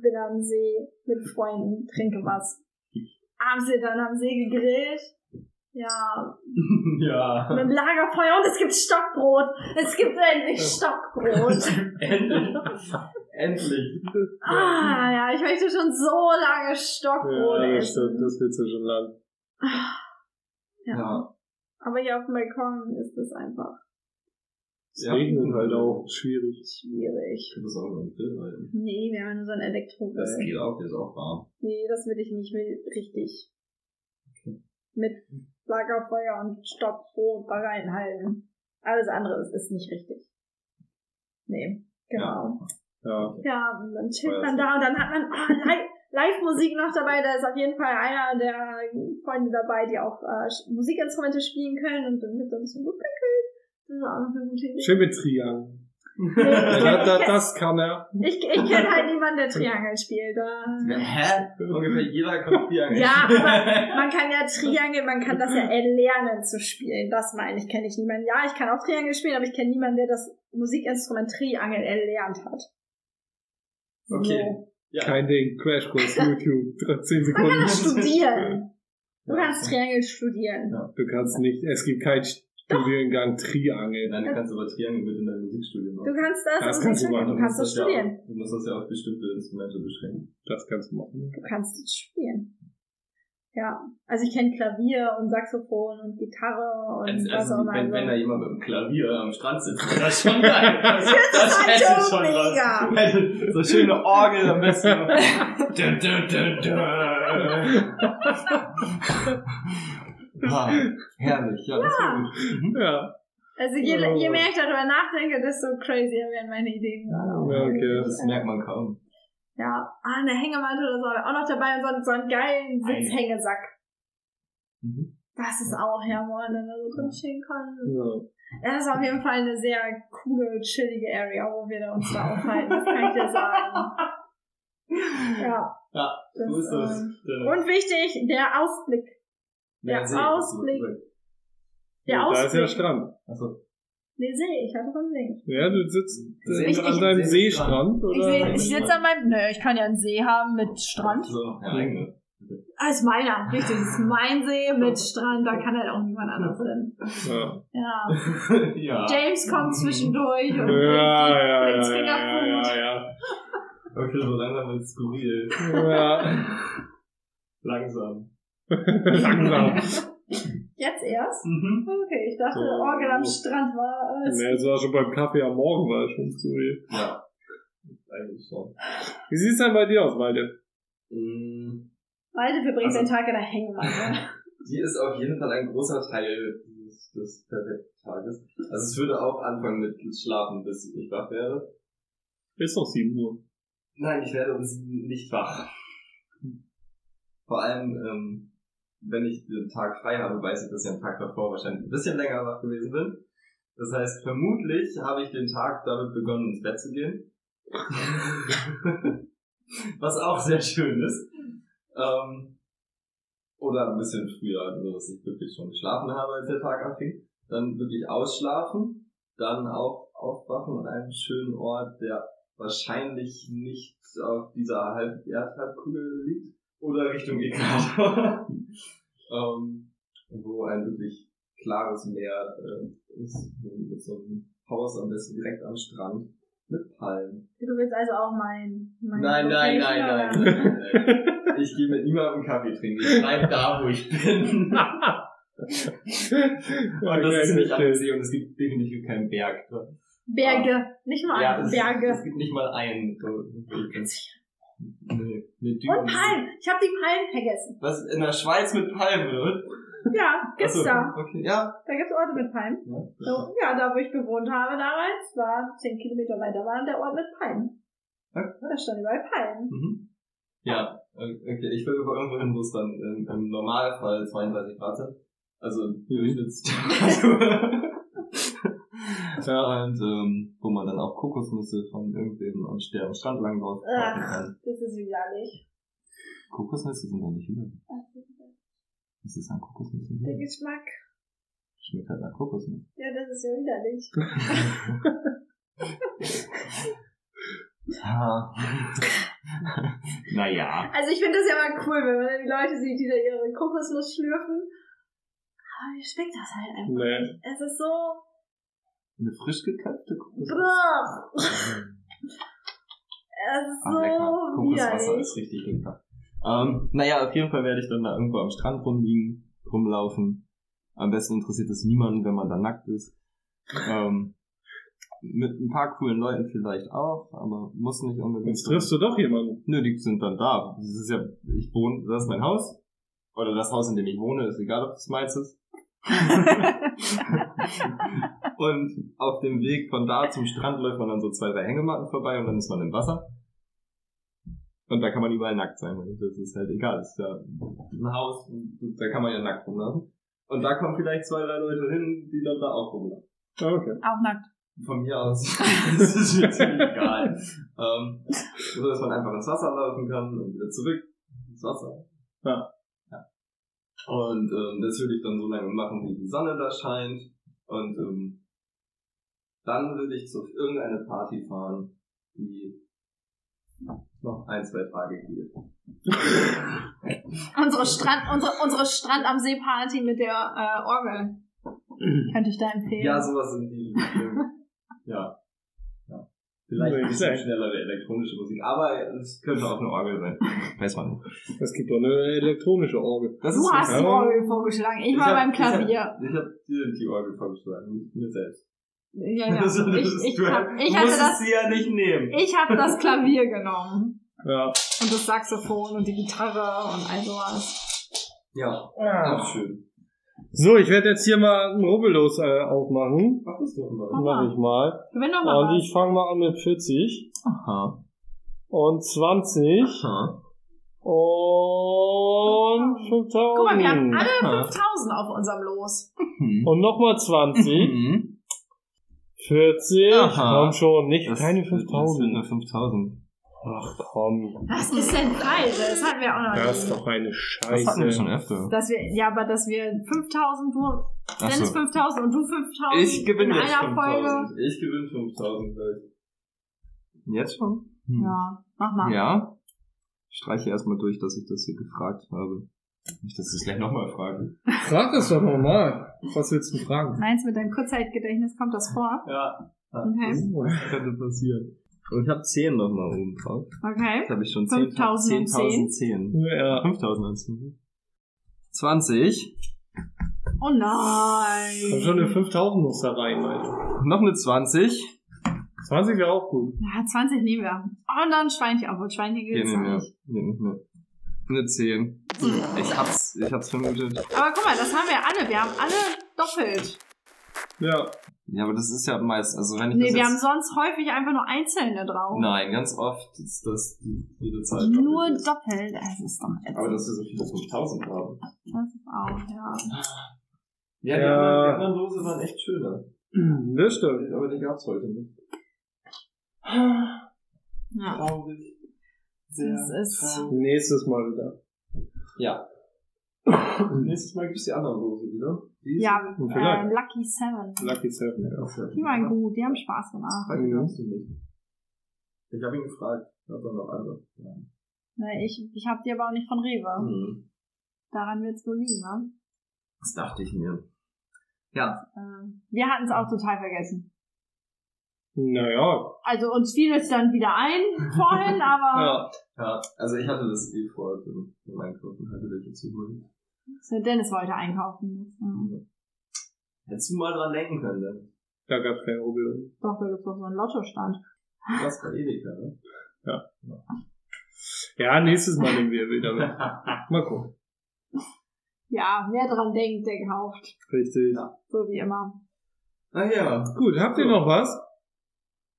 Speaker 4: Bin am See mit Freunden, trinke was. Abends wird dann am See gegrillt. Ja,
Speaker 3: ja.
Speaker 4: mit Lagerfeuer und es gibt Stockbrot. Es gibt endlich Stockbrot.
Speaker 3: Endlich. Endlich.
Speaker 4: Ah, ja, ich möchte schon so lange Stockbrot
Speaker 2: Ja, das stimmt.
Speaker 4: essen.
Speaker 2: Das wird so schon lang.
Speaker 3: Ja.
Speaker 4: Aber hier auf dem Balkon ist es einfach
Speaker 2: Es
Speaker 3: Ja.
Speaker 2: regnet halt auch. Schwierig.
Speaker 4: schwierig.
Speaker 3: könnte es auch über den Grill halten.
Speaker 4: Nee, wir haben nur so ein
Speaker 3: Das
Speaker 4: Elektrogrill.
Speaker 3: geht auch, der ist auch warm.
Speaker 4: Nee, das will ich nicht. Ich will richtig mit Lagerfeuer und Stockbrot da reinhalten. Alles andere ist, ist nicht richtig. Nee, genau.
Speaker 2: Ja.
Speaker 4: Ja, und dann chillt man da und dann hat man oh, Li- Live-Musik noch dabei. Da ist auf jeden Fall einer der Freunde dabei, die auch äh, Sch- Musikinstrumente spielen können und dann wird dann so gepickelt. Das ist auch noch eine gute Idee.
Speaker 2: Schön mit Triangle.
Speaker 4: Nee, ich
Speaker 2: Da, da,
Speaker 4: kenn-
Speaker 2: das kann er.
Speaker 4: ich, ich, ich kenne halt niemanden, der Triangel spielt. Da.
Speaker 3: Hä? Ungefähr jeder kann vier
Speaker 4: Ja, aber man kann ja Triangel, man kann
Speaker 3: Mhm.
Speaker 4: das ja erlernen zu spielen. Das meine ich, kenne ich niemanden. Ja, ich kann auch Triangel spielen, aber ich kenne niemanden, der das Musikinstrument Triangel erlernt hat.
Speaker 3: Okay. Ja.
Speaker 2: Kein Ding. Crashkurs, YouTube. 13
Speaker 4: So. Man
Speaker 2: Sekunden.
Speaker 4: kann das studieren. Du kannst Triangel studieren.
Speaker 2: Du kannst nicht, es gibt keinen Studiengang Triangle.
Speaker 3: Nein, du kannst aber Triangel mit in dein Musikstudio machen.
Speaker 4: Du kannst das,
Speaker 2: Das
Speaker 4: im
Speaker 2: kannst du
Speaker 4: Musikstudium-
Speaker 2: machen,
Speaker 4: du kannst das
Speaker 3: ja
Speaker 4: studieren.
Speaker 3: Auch, du musst das ja auf bestimmte Instrumente beschränken.
Speaker 2: Mhm. Das kannst du machen.
Speaker 4: Du kannst das studieren. Ja, also ich kenne Klavier und Saxophon und Gitarre und
Speaker 3: Also,
Speaker 4: was
Speaker 3: also
Speaker 4: auch immer.
Speaker 3: wenn, wenn da
Speaker 4: Also-
Speaker 3: jemand mit dem Klavier am Strand sitzt, ist das schon geil. Das,
Speaker 4: ist halt
Speaker 3: hätte
Speaker 4: schon
Speaker 3: schon was.
Speaker 4: mega.
Speaker 3: Hätte So schöne Orgel am besten. Dun, dun, dun, dun. ah, herrlich, ja, das war gut.
Speaker 2: Ja.
Speaker 4: Also je,
Speaker 2: Oh.
Speaker 4: je mehr ich darüber nachdenke, desto crazier werden meine Ideen gerade auch.
Speaker 2: Ja, okay.
Speaker 3: Das merkt man kaum.
Speaker 4: Ja, ah, eine Hängematte oder so haben wir auch noch dabei und so, einen- so einen geilen
Speaker 3: Eine.
Speaker 4: Sitzhängesack.
Speaker 3: Mhm.
Speaker 4: Das ist auch, ja, wo man dann da so drin chillen kann.
Speaker 2: ja.
Speaker 4: Das ist auf jeden Fall eine sehr coole, chillige Area, wo wir da uns da aufhalten, das kann ich dir sagen. Ja.
Speaker 3: Ja,
Speaker 4: das,
Speaker 3: So ist das.
Speaker 4: ähm, Und wichtig, der Ausblick. der Ausblick. Der
Speaker 2: Ja, da
Speaker 4: Ausblick.
Speaker 2: ist ja Strand.
Speaker 3: Achso.
Speaker 4: Nee, sehe ich, hatte von sehen.
Speaker 2: Ja, du sitzt äh,
Speaker 4: Ich-
Speaker 2: an
Speaker 4: ich-
Speaker 2: deinem
Speaker 3: Seestrand.
Speaker 2: Seestrand, oder?
Speaker 3: seh- ich sitz an
Speaker 4: meinem, nö, ich kann ja einen See haben mit Strand.
Speaker 3: So, ja, eigene.
Speaker 4: Ah, ist meiner, richtig. Ist mein See mit Strand, da kann halt auch niemand anders hin.
Speaker 2: ja.
Speaker 4: Ja.
Speaker 3: ja.
Speaker 4: James kommt zwischendurch
Speaker 2: Ja,
Speaker 4: und
Speaker 2: ja,
Speaker 4: bringt,
Speaker 2: ja,
Speaker 4: bringt
Speaker 2: ja, ja,
Speaker 4: Fingerfood.
Speaker 2: ja,
Speaker 3: Okay, so langsam wird skurril.
Speaker 2: ja.
Speaker 3: Langsam.
Speaker 2: Langsam.
Speaker 4: Jetzt erst?
Speaker 3: Mhm.
Speaker 4: Okay, ich dachte,
Speaker 2: So.
Speaker 4: Orgel am Strand war es.
Speaker 2: Nee, es war schon beim Kaffee am Morgen, war es schon skurril.
Speaker 3: Ja. Eigentlich schon.
Speaker 2: Wie sieht's denn bei dir aus, Malte?
Speaker 3: Mm.
Speaker 4: Malte verbringt seinen
Speaker 3: Also-
Speaker 4: Tag in der Hängematte.
Speaker 3: Die ist auf jeden Fall ein großer Teil des, des Perfekt-Tages. Also es würde auch anfangen mit Schlafen, bis ich wach werde.
Speaker 2: Ist doch 7 Uhr.
Speaker 3: Nein, ich werde um sieben nicht wach. Vor allem, ähm, wenn ich den Tag frei habe, weiß ich, dass ich am Tag davor wahrscheinlich ein bisschen länger wach gewesen bin. Das heißt, vermutlich habe ich den Tag damit begonnen, ins Bett zu gehen. Was auch sehr schön ist. Ähm, oder ein bisschen früher, also dass ich wirklich schon geschlafen habe, als der Tag anfing. Dann wirklich ausschlafen, dann auch aufwachen an einem schönen Ort, der wahrscheinlich nicht auf dieser halb Erdhalbkugel liegt oder Richtung Äquator, ähm, wo ein wirklich klares Meer äh, ist, mit so einem Haus am besten direkt am Strand mit Palmen.
Speaker 4: du willst also auch mein, mein
Speaker 3: Nein, nein, nein,
Speaker 4: Location,
Speaker 3: nein,
Speaker 4: oder?
Speaker 3: nein, nein. Äh, Ich gehe mit niemandem Kaffee trinken. Ich bleib da, wo ich bin. Und das ist nicht an der See und es gibt definitiv keinen Berg.
Speaker 4: Berge. Nicht mal
Speaker 3: Ja, es, es
Speaker 4: Berge.
Speaker 3: gibt nicht mal einen. So, eine, eine Düne.
Speaker 4: Und Palmen. Ich habe die Palmen vergessen.
Speaker 3: Was in der Schweiz mit Palmen, oder?
Speaker 4: Ja, gibt's
Speaker 3: Achso,
Speaker 4: da.
Speaker 3: Okay, ja.
Speaker 4: Da gibt's Orte mit Palmen.
Speaker 3: ja.
Speaker 4: So, ja, da wo ich gewohnt habe damals, war 10 Kilometer weiter, war der Ort mit Palmen.
Speaker 3: Okay.
Speaker 4: Da stand überall Palmen.
Speaker 3: Mhm. Ja, äh, okay. Ich will über irgendwo hin, wo es dann im, im Normalfall 32 Grad sind. Also im Durchschnittstemperatur. ja. Und ähm, wo man dann auch Kokosnüsse von irgendwem am Ster- am Strand lang drauf kaufen
Speaker 4: Ach,
Speaker 3: kann.
Speaker 4: das ist widerlich.
Speaker 3: Kokosnüsse sind doch nicht widerlich. Das ist an Kokosnüssen.
Speaker 4: Der
Speaker 3: widerlich.
Speaker 4: Geschmack.
Speaker 3: Schmeckt halt nach Kokosnuss.
Speaker 4: Ja, das ist ja widerlich.
Speaker 3: Ja. naja.
Speaker 4: Also ich finde das ja mal cool, wenn man dann die Leute sieht, die da ihre Kokosnuss schlürfen. Aber mir schmeckt das halt einfach.
Speaker 2: Nee.
Speaker 4: Es ist so...
Speaker 3: Eine frisch geköpfte Kokosnuss.
Speaker 4: Brrr. Es ist
Speaker 3: Ach,
Speaker 4: so
Speaker 3: Ah, lecker. Kokoswasser
Speaker 4: widerlich.
Speaker 3: ist richtig lecker. Ähm, naja, auf jeden Fall werde ich dann da irgendwo am Strand rumliegen, rumlaufen. Am besten interessiert es niemanden, wenn man da nackt ist. Ähm, mit ein paar coolen Leuten vielleicht auch, aber muss nicht unbedingt.
Speaker 2: Jetzt triffst du doch jemanden.
Speaker 3: Nö, die sind dann da. Das ist ja, ich wohne, das ist mein Haus. Oder das Haus, in dem ich wohne, ist egal, ob das meins ist. und auf dem Weg von da zum Strand läuft man dann so zwei, drei Hängematten vorbei und dann ist man im Wasser. Und da kann man überall nackt sein. Und Das ist halt egal. Das ist ja ein Haus, da kann man ja nackt rumlaufen. Und da kommen vielleicht zwei, drei Leute hin, die dann da auch rumlaufen.
Speaker 2: Ah, Okay.
Speaker 4: Auch nackt.
Speaker 3: Von mir aus. das ist mir ziemlich egal. Ähm, so, dass man einfach ins Wasser laufen kann und wieder zurück ins Wasser.
Speaker 2: Ja.
Speaker 3: ja. Und ähm, das würde ich dann so lange machen, wie die Sonne da scheint. Und ähm, dann würde ich zu irgendeine Party fahren, die noch ein, zwei Tage geht.
Speaker 4: Unsere Strand, unsere, unsere Strand am See Party mit der äh, Orgel. Könnte ich da empfehlen.
Speaker 3: Ja, sowas in die Richtung. ja. ja. Vielleicht ein bisschen
Speaker 2: Nee.
Speaker 3: schnellere elektronische Musik, aber es könnte auch eine Orgel sein. Weiß man nicht.
Speaker 2: Es gibt doch eine elektronische Orgel.
Speaker 3: Das
Speaker 4: Du hast die
Speaker 2: Ja.
Speaker 4: Orgel vorgeschlagen. Ich
Speaker 3: Ich
Speaker 4: war
Speaker 3: hab-
Speaker 4: beim
Speaker 3: ich hab-
Speaker 4: Klavier.
Speaker 3: Ich habe dir die Orgel vorgeschlagen, nicht mir selbst.
Speaker 4: Ja, ja.
Speaker 3: Das- das ist-
Speaker 4: Ich, ich,
Speaker 3: du
Speaker 4: hab, ich hatte
Speaker 3: musstest
Speaker 4: das,
Speaker 3: sie ja nicht nehmen.
Speaker 4: ich hab das Klavier genommen.
Speaker 2: Ja.
Speaker 4: Und das Saxophon und die Gitarre und all sowas.
Speaker 3: Ja, auch schön.
Speaker 2: So, ich werde jetzt hier mal einen Rubbellos äh, aufmachen.
Speaker 3: Mach das doch mal.
Speaker 2: Mach ich mal.
Speaker 4: Gewinn doch mal
Speaker 3: Oh,
Speaker 2: Und
Speaker 4: was.
Speaker 2: ich fange mal an mit 40
Speaker 3: Aha.
Speaker 2: und 20
Speaker 3: Aha.
Speaker 2: und 5000.
Speaker 4: Guck mal, wir haben alle 5000 auf unserem Los.
Speaker 3: Hm.
Speaker 2: Und nochmal 20, 40.
Speaker 3: Aha.
Speaker 2: Komm schon, nicht
Speaker 3: Das-
Speaker 2: keine
Speaker 3: Das sind
Speaker 2: 5000.
Speaker 3: nur 5000.
Speaker 2: Ach komm.
Speaker 4: Was ist denn Preise? Das hatten wir auch noch
Speaker 2: Das
Speaker 4: nie.
Speaker 2: ist doch eine
Speaker 3: Das hatten wir
Speaker 2: Scheiße.
Speaker 3: schon öfter.
Speaker 4: Dass wir, ja, aber dass wir 5000, du,
Speaker 3: Ach
Speaker 4: Dennis
Speaker 3: so.
Speaker 4: 5000 und du 5000
Speaker 3: Ich gewinne
Speaker 4: in
Speaker 3: jetzt
Speaker 4: einer Folge.
Speaker 3: 5000. Ich gewinne 5000. gleich. Jetzt schon? Hm.
Speaker 4: Ja, mach mal.
Speaker 3: Ja. Ich streiche erstmal durch, dass ich das hier gefragt habe. Nicht, dass ich es gleich nochmal frage.
Speaker 2: Frag es doch nochmal. Was willst du fragen?
Speaker 4: Meinst du, mit deinem Kurzzeitgedächtnis kommt das vor?
Speaker 3: Ja.
Speaker 4: Okay.
Speaker 3: Ah, Das könnte passieren. Und ich habe 10 nochmal oben drauf.
Speaker 4: Okay.
Speaker 3: Jetzt habe ich schon
Speaker 4: 5010.
Speaker 3: 10.010.
Speaker 2: Ja.
Speaker 3: 5010. 20.
Speaker 4: Oh nein.
Speaker 2: Komm schon eine 5000 muss da rein, Alter.
Speaker 3: Noch eine 20.
Speaker 2: 20 wäre auch gut.
Speaker 4: Ja, 20 nehmen wir. Oh, und dann Schweinchen. Obwohl, Schweinchen
Speaker 3: Hier
Speaker 4: geht
Speaker 3: nicht
Speaker 4: noch
Speaker 3: mehr.
Speaker 4: nicht.
Speaker 3: Hier nicht mehr. Eine 10. Ich hab's, ich hab's vermutet.
Speaker 4: Aber guck mal, das haben wir alle. Wir haben alle doppelt.
Speaker 2: Ja.
Speaker 3: Ja, aber das ist ja meist, also wenn ich
Speaker 4: Nee,
Speaker 3: das
Speaker 4: wir
Speaker 3: jetzt,
Speaker 4: haben sonst häufig einfach nur Einzelne drauf.
Speaker 3: Nein, ganz oft ist das die- jede Zeit.
Speaker 4: Nur
Speaker 3: doppelt.
Speaker 4: doppelt. Das ist doch ätzend.
Speaker 3: Aber dass wir so viele 5000 haben.
Speaker 4: Das ist auch, ja.
Speaker 3: Ja, Die,
Speaker 2: Ja. Mhm,
Speaker 3: anderen, die anderen Lose waren echt schöner.
Speaker 2: Das stimmt.
Speaker 3: Aber die gab's heute nicht.
Speaker 4: ja.
Speaker 3: Traurig.
Speaker 4: Das ist.
Speaker 2: Nächstes Mal wieder.
Speaker 3: Ja. Nächstes Mal gibt's die anderen Lose wieder. Die
Speaker 4: Ja,
Speaker 2: Und
Speaker 4: äh,
Speaker 2: vielleicht.
Speaker 4: Lucky Seven.
Speaker 2: Lucky Seven. Ja.
Speaker 3: Ach, ja.
Speaker 4: Die waren gut, die haben Spaß gemacht.
Speaker 3: Heute
Speaker 2: Mhm.
Speaker 3: kannst du nicht. Ich habe ihn gefragt, ob er noch andere Fragen
Speaker 4: Ne, ich, ich hab die aber auch nicht von Rewe.
Speaker 3: mhm.
Speaker 4: Daran wird's wohl liegen, ne?
Speaker 3: Das dachte ich mir. Ja.
Speaker 4: Äh, wir hatten's auch total vergessen.
Speaker 2: Naja.
Speaker 4: Also uns fiel es dann wieder ein vorhin, aber
Speaker 3: ja. Ja, also ich hatte das eh vor, um um einkaufen hatte welche zu holen.
Speaker 4: So, Dennis wollte einkaufen. Mhm.
Speaker 3: Hättest du mal dran denken können, denn
Speaker 2: Da gab's kein Problem.
Speaker 4: Doch, da gibt's doch so einen Lottostand.
Speaker 3: du warst bei Edeka, ne?
Speaker 2: Ja, nächstes Mal nehmen wir wieder mit. Mal gucken.
Speaker 4: Ja, wer dran denkt, der kauft.
Speaker 2: Richtig.
Speaker 4: So wie immer.
Speaker 2: Ah
Speaker 3: Ach ja,
Speaker 2: Gut, habt ihr noch was?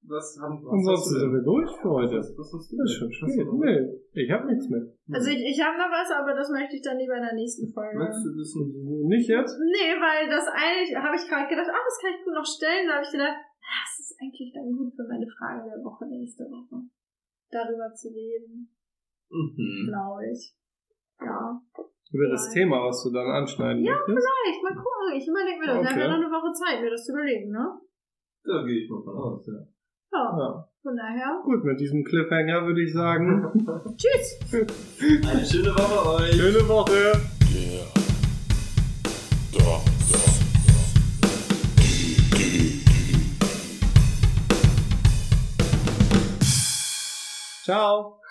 Speaker 3: was haben was
Speaker 2: Ansonsten sind wir durch für heute.
Speaker 3: Was, was hast du
Speaker 2: Das ist schon spät. Nee, ich hab nichts mehr.
Speaker 4: Also ich, ich habe noch was, aber das möchte ich dann lieber in der nächsten Folge.
Speaker 3: Möchtest du das nicht?
Speaker 2: Nicht jetzt?
Speaker 4: Nee, weil das eine habe ich gerade gedacht, ah, das kann ich gut noch stellen. Da habe ich gedacht, ah, das ist eigentlich dann gut für meine Frage der Woche nächste Woche. Darüber zu reden,
Speaker 3: Mhm.
Speaker 4: glaube ich. Ja.
Speaker 2: Über das Thema, was du dann anschneiden
Speaker 4: Ja,
Speaker 2: möchtest?
Speaker 4: Vielleicht, mal gucken. Ich überlege mir das. Wir haben ja
Speaker 2: Okay.
Speaker 4: noch eine Woche Zeit, mir das zu überlegen, ne?
Speaker 3: Da gehe ich mal von aus, ja.
Speaker 4: Ja,
Speaker 2: Ja.
Speaker 4: von daher.
Speaker 2: Gut, mit diesem Cliffhanger würde ich sagen.
Speaker 4: Tschüss!
Speaker 3: Eine schöne Woche euch!
Speaker 2: Schöne Woche.
Speaker 6: Yeah. Ja, ja.
Speaker 2: Ciao.